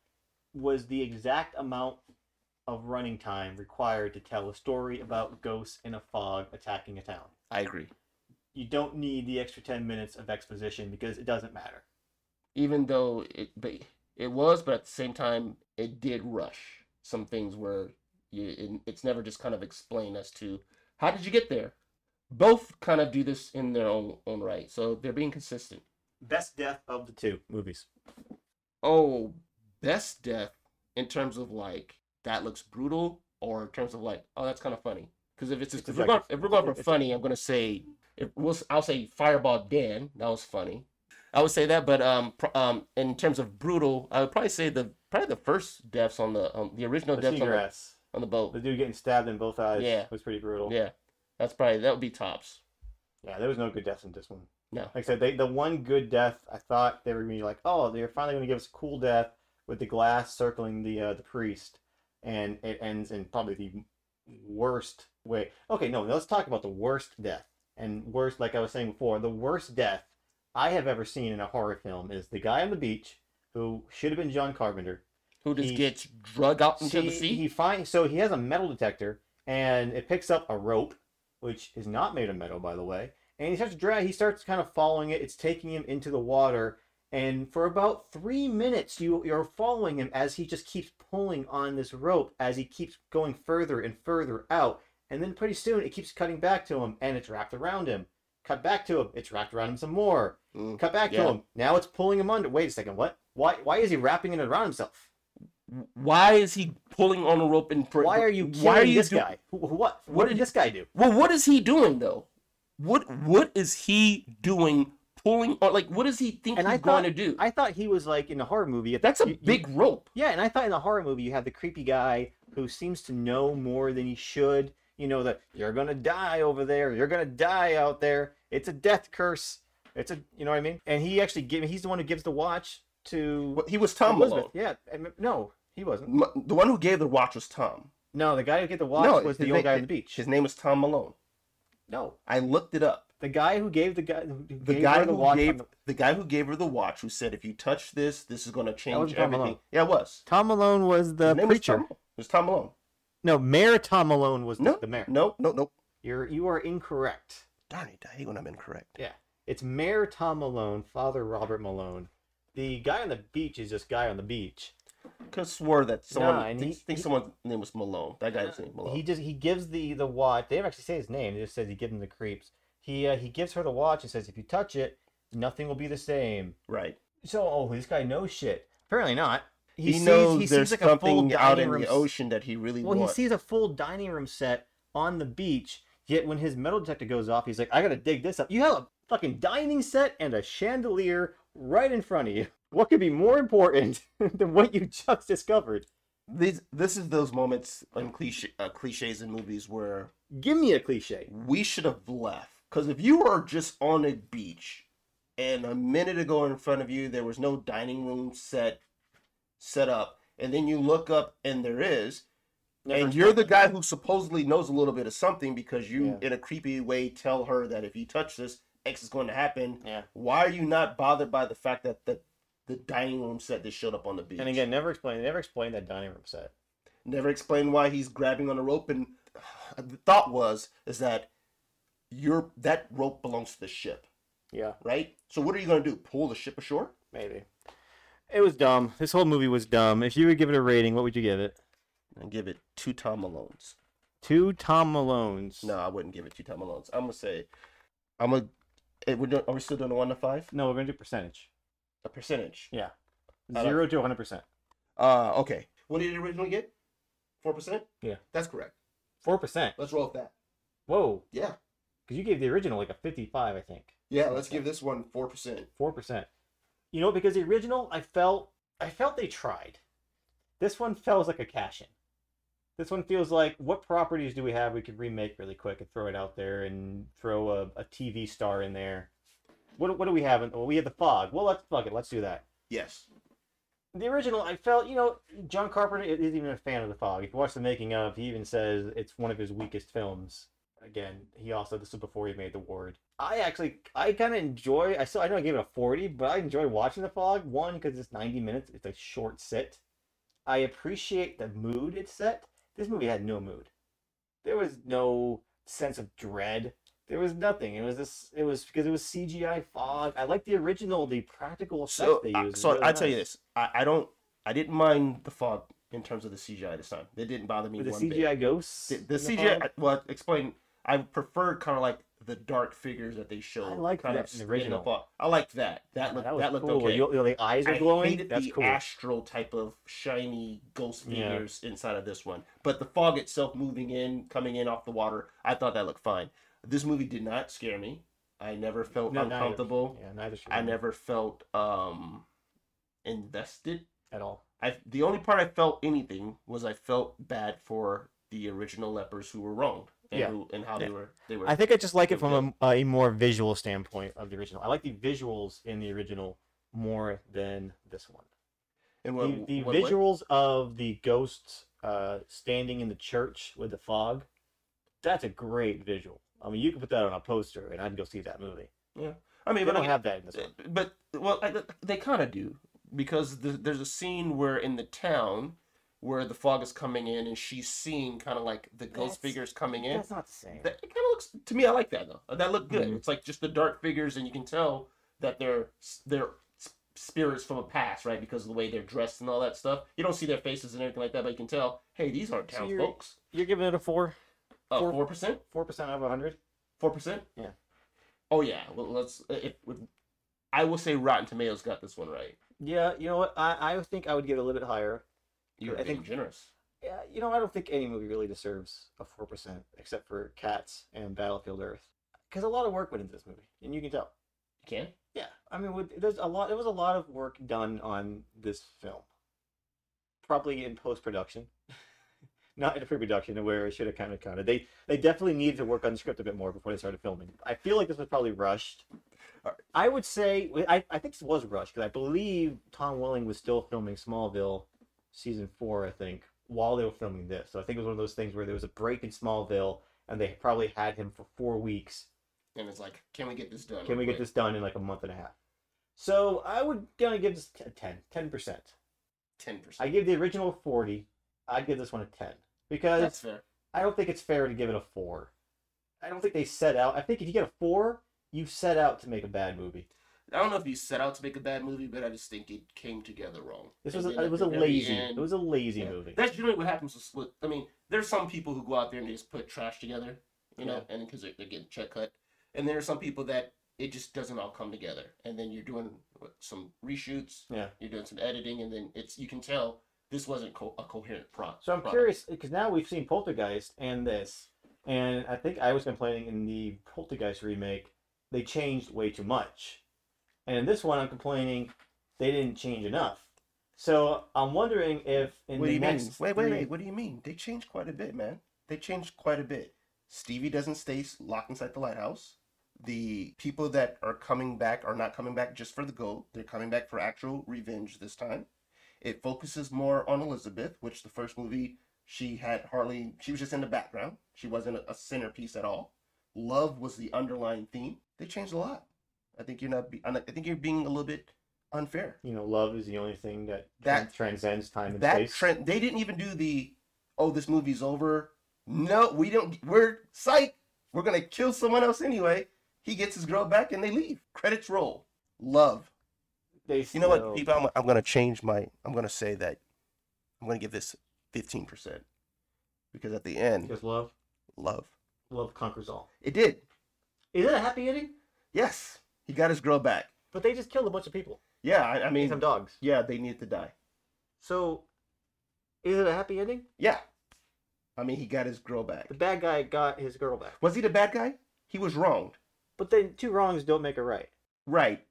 was the exact amount of running time required to tell a story about ghosts in a fog attacking a town. I agree. You don't need the extra ten minutes of exposition because it doesn't matter. even though it but it was, but at the same time, it did rush. Some things where you, it, it's never just kind of explained as to how did you get there. Both kind of do this in their own own right, so they're being consistent. Best death of the two movies. Oh, best death in terms of like that looks brutal, or in terms of like oh that's kind of funny. Because if it's, It's if we're going subjective. if we're going for It's- funny, I'm gonna say if we'll s- I'll say Fireball Dan that was funny. I would say that, but um, pr- um, in terms of brutal, I would probably say the probably the first deaths on the on the original The deaths on the, seagrass. on the The boat. dude getting stabbed in both eyes Yeah. was pretty brutal. Yeah, that's probably that would be tops. Yeah, there was no good deaths in this one. No, Like I said, they, the one good death, I thought they were going to be like, oh, they're finally going to give us a cool death with the glass circling the uh, the priest. And it ends in probably the worst way. Okay, no, let's talk about the worst death. And worst, like I was saying before, the worst death I have ever seen in a horror film is the guy on the beach who should have been John Carpenter. who just He- gets drug out into the See, sea? He finds so he has a metal detector and it picks up a rope, which is not made of metal, by the way. And he starts to drag. He starts kind of following it. It's taking him into the water, and for about three minutes, you you're following him as he just keeps pulling on this rope as he keeps going further and further out. And then pretty soon, it keeps cutting back to him, and it's wrapped around him. Cut back to him. It's wrapped around him some more. Mm, Cut back yeah. to him. Now it's pulling him under. Wait a second. What? Why? Why is he wrapping it around himself? Why is he pulling on a rope and pr- Why are you killing this do- guy? Who, who- what? What, What did did- this guy do? Well, what is he doing though? What what is he doing? Pulling or like what does he think And he's I going thought, to do? I thought he was like in a horror movie. if- That's a you- you- big rope. yeah, and I thought in a horror movie you have the creepy guy who seems to know more than he should. You know that you're gonna die over there. You're gonna die out there. It's a death curse. It's a you know what I mean. And he actually give. He's the one who gives the watch to Well, he was Tom Elizabeth. Malone. Yeah. and- no, he wasn't. M- The one who gave the watch was Tom. No, the guy who gave the watch was the his old name- guy on the beach. His name is Tom Malone. no, I looked it up. the guy who gave the guy who The gave guy her the who watch on gave the- the... guy who gave her the watch, who said, "If you touch this, this is going to change wasn't Tom everything." Malone. Yeah, it was. Tom Malone was the His name was preacher. Tom. It was Tom Malone. No, Mayor Tom Malone was the- No, the mayor. No, no, no. You're you are incorrect. Darn it! I hate when I'm incorrect. Yeah. It's Mayor Tom Malone, Father Robert Malone. The guy on the beach is just guy on the beach. Could have swore that someone Nah, and thinks, he- thinks he- someone's name was Malone. That guy's name Malone. He just he gives the the watch. They don't actually say his name. They just says he gives him the creeps. He uh, he gives her the watch and says if you touch it, nothing will be the same. Right. So oh this guy knows shit. Apparently not. He, sees- knows he sees there's like a full something out dining in room the s- ocean that he really Well, he wants. sees a full dining room set on the beach. Yet when his metal detector goes off, he's like, "I gotta dig this up." You have a fucking dining set and a chandelier right in front of you. What could be more important than what you just discovered? These, this is those moments in cliche, uh, cliches in movies where Give me a cliche. we should have left. Because if you were just on a beach and a minute ago in front of you there was no dining room set set up, and then you look up and there is, and you're the guy who supposedly knows a little bit of something because you, in a creepy way, tell her that if you touch this, X is going to happen. Yeah. Why are you not bothered by the fact that the the dining room set that showed up on the beach? And again, never explain. Never explain that dining room set. never explained why he's grabbing on a rope and the thought was is that your that rope belongs to the ship Yeah, right so what are you going to do pull the ship ashore maybe. It was dumb. This whole movie was dumb. If you would give it a rating, what would you give it? and give it two tom malones Two Tom Malones. no i wouldn't give it two tom malones i'm going to say i'm going to we're doing, are we still doing a one to five No, we're gonna do percentage. a percentage Yeah. I don't- Zero to one hundred percent. uh okay what did it originally get four percent Yeah. that's correct Four percent. let's roll with that Whoa. yeah Because you gave the original like a 55, I think. yeah let's give this one four percent 4%. You know, because the original, I felt, I felt they tried. This one feels like a cash in. This one feels like what properties do we have we could remake really quick and throw it out there and throw a, a TV star in there. What, what do we have? in- Well, we have the fog. Well, let's fuck it. Let's do that. yes The original, I felt, you know, John Carpenter isn't even a fan of the fog. If you watch the making of, he even says it's one of his weakest films. Again, he also this was before he made the ward. I actually, I kind of enjoy. I still, I know I gave it a forty, but I enjoy watching the fog. One because it's ninety minutes. It's a short sit. I appreciate the mood it set. This movie had no mood. There was no sense of dread. There was nothing. It was this. It was because it was CGI fog. I like the original, the practical effects So, they I- used. uh, so Really I tell you nice. this: I, I don't, I didn't mind the fog in terms of the CGI this time. It didn't bother me With the one CGI bit. ghosts. The, in the fog? CGI, well, explain. I prefer kind of like the dark figures that they showed. I liked kind of that in the in original. fog. I liked that. That looked that, was looked cool. okay. You, you know, the eyes are I glowing. hated That's the cool. astral type of shiny ghost Yeah. figures inside of this one, but the fog itself moving in, coming in off the water, I thought that looked fine. This movie did not scare me. I never felt No, neither. uncomfortable. Yeah, neither should I we never felt um invested. at all. I the only part I felt anything was I felt bad for the original lepers who were wronged and Yeah. who, and how they Yeah. were they were I think I just like it it from from a, more visual standpoint of the original. I like the visuals in the original more than this one. and what, The, the what- what- visuals of the ghosts uh, standing in the church with the fog. That's a great visual. I mean, you could put that on a poster, and I'd go see that movie. yeah. I mean, They but don't I- uh, have that in this one. but well, I, they kind of do because th there's a scene where in the town where the fog is coming in and she's seeing kind of like the ghost That's- figures coming in. That's not the same. That, it kind of looks to me. I like that though. That looked Mm-hmm. good. It's like just the dark figures, and you can tell that they're they're s- spirits from a past, right? Because of the way they're dressed and all that stuff. You don't see their faces and everything like that, but you can tell. Hey, these aren't So town you're- folks. Uh, You're giving it a four, four- Four percent. four percent out of hundred. Four percent. Yeah. Oh yeah. Well, let's. If, if, I will say Rotten Tomatoes got this one right. Yeah, you know what? I, I think I would give it a little bit higher. You're I being think- generous. Yeah, you know, I don't think any movie really deserves a four percent, except for Cats and Battlefield Earth, because a lot of work went into this movie, and you can tell. You can. Yeah, I mean, with, there's a lot. There was a lot of work done on this film, probably in post production, not in pre production, where it should have kind of counted. They they definitely needed to work on the script a bit more before they started filming. I feel like this was probably rushed. I would say I, I think this was rushed because I believe Tom Welling was still filming Smallville season four, I think, while they were filming this. So I think it was one of those things where there was a break in Smallville, and they probably had him for four weeks And it's like, can we get this done? can we get this done in like a month and a half? So I would gonna give this a 10, 10 percent. Ten I percent. give the original a forty. I'd give this one a ten because That's fair. I don't think it's fair to give it a four. I don't think they set out. I think if you get a four, you set out to make a bad movie. I don't know if you set out to make a bad movie, but I just think it came together wrong. This And was then at a, it was the a very lazy. end- It was a lazy Yeah. movie. That's generally what happens with split. I mean, there's some people who go out there and they just put trash together, you know, and because they're, they're getting check cut. And there are some people that it just doesn't all come together. And then you're doing what, some reshoots, Yeah. you're doing some editing, and then it's you can tell this wasn't co- a coherent pro- product. So I'm curious because now we've seen Poltergeist and this, and I think I was complaining in the Poltergeist remake they changed way too much, and in this one I'm complaining they didn't change enough. So I'm wondering if in What do the you next mean? Wait, wait, three- wait. What do you mean? They changed quite a bit, man. They changed quite a bit. Stevie doesn't stay s- locked inside the lighthouse. The people that are coming back are not coming back just for the gold. They're coming back for actual revenge this time. It focuses more on Elizabeth, which the first movie she had hardly. She was just in the background. She wasn't a- a centerpiece at all. Love was the underlying theme. They changed a lot. I think you're not. Be, I think you're being a little bit unfair. you know love is the only thing that That- tran- transcends time and that space. trend they didn't even do the oh this movie's over no we don't we're psych we're gonna kill someone else anyway he gets his girl back and they leave credits roll love they you know still- what people I'm, I'm gonna change my i'm gonna say that i'm gonna give this 15% because at the end Because love, love love conquers all. it did Is it a happy ending? yes he got his girl back But they just killed a bunch of people. yeah i, I some mean dogs. yeah they needed to die So, is it a happy ending? yeah i mean he got his girl back The bad guy got his girl back. was he the bad guy he was wronged But then two wrongs don't make a right. Right.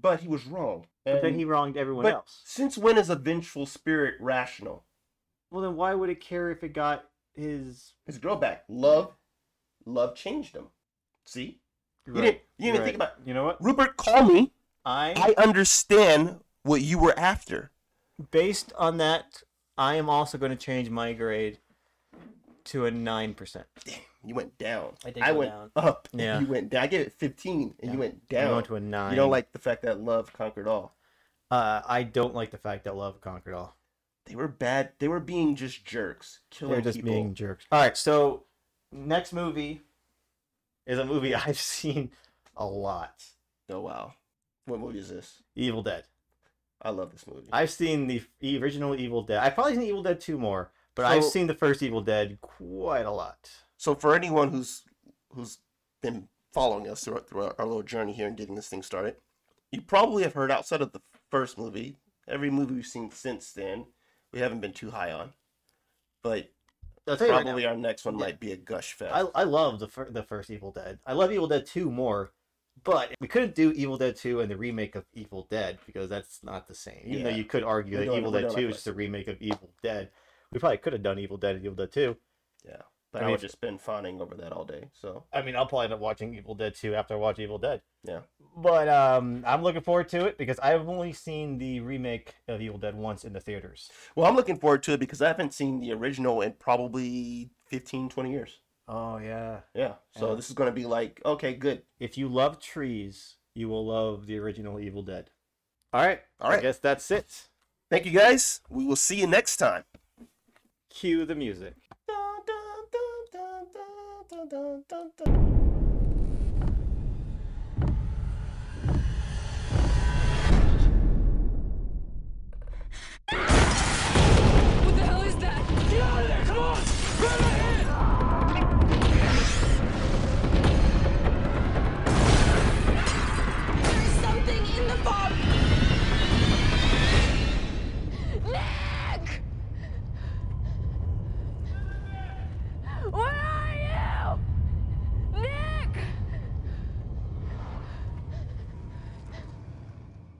But he was wrong. But then And- he wronged everyone but else. Since when is a vengeful spirit rational? Well, then why would it care if it got his? His girl back. Love love changed him. See? You didn't- you didn't think about- You know what? Rupert, call me. I I understand what you were after. based on that, I am also going to change my grade to a nine percent. You went down. I did go went down. up. Yeah. You went down. I gave it 15 and you went I'm down. going to a nine. You don't like the fact that love conquered all. Uh, I don't like the fact that love conquered all. They were bad. They were being just jerks. Killing They're just people. being jerks. All right, so next movie is a movie I've seen a lot. Oh wow. What movie is this? Evil Dead. I love this movie. I've seen the f- e, original Evil Dead. I've probably seen Evil Dead 2 more, but I've So- seen the first Evil Dead quite a lot. So for anyone who's who's been following us throughout, throughout our little journey here and getting this thing started, you probably have heard outside of the first movie, every movie we've seen since then, we haven't been too high on. But I'll tell you right now, probably our next one might be a gush fest. I, I love the, fir- the first Evil Dead. I love Evil Dead 2 more, but we couldn't do Evil Dead 2 and the remake of Evil Dead because that's not the same. Even though Yeah. you could We argue that don't- Evil we Dead don't 2 have is just a remake of Evil Dead. We probably could have done Evil Dead and Evil Dead 2. yeah, but I I, mean- would just been fawning over that all day. So I mean, I'll probably end up watching Evil Dead 2 after I watch Evil Dead. yeah, But um, I'm looking forward to it because I've only seen the remake of Evil Dead once in the theaters. well, I'm looking forward to it because I haven't seen the original in probably 15, 20 years. Oh, yeah. Yeah, so Yeah. this is going to be like okay, good. If you love trees, you will love the original Evil Dead. All right. All I right. guess that's it. Thank you guys. We will see you next time. Cue the music. Dun, dun, dun, dun, dun, dun, dun, dun, dun.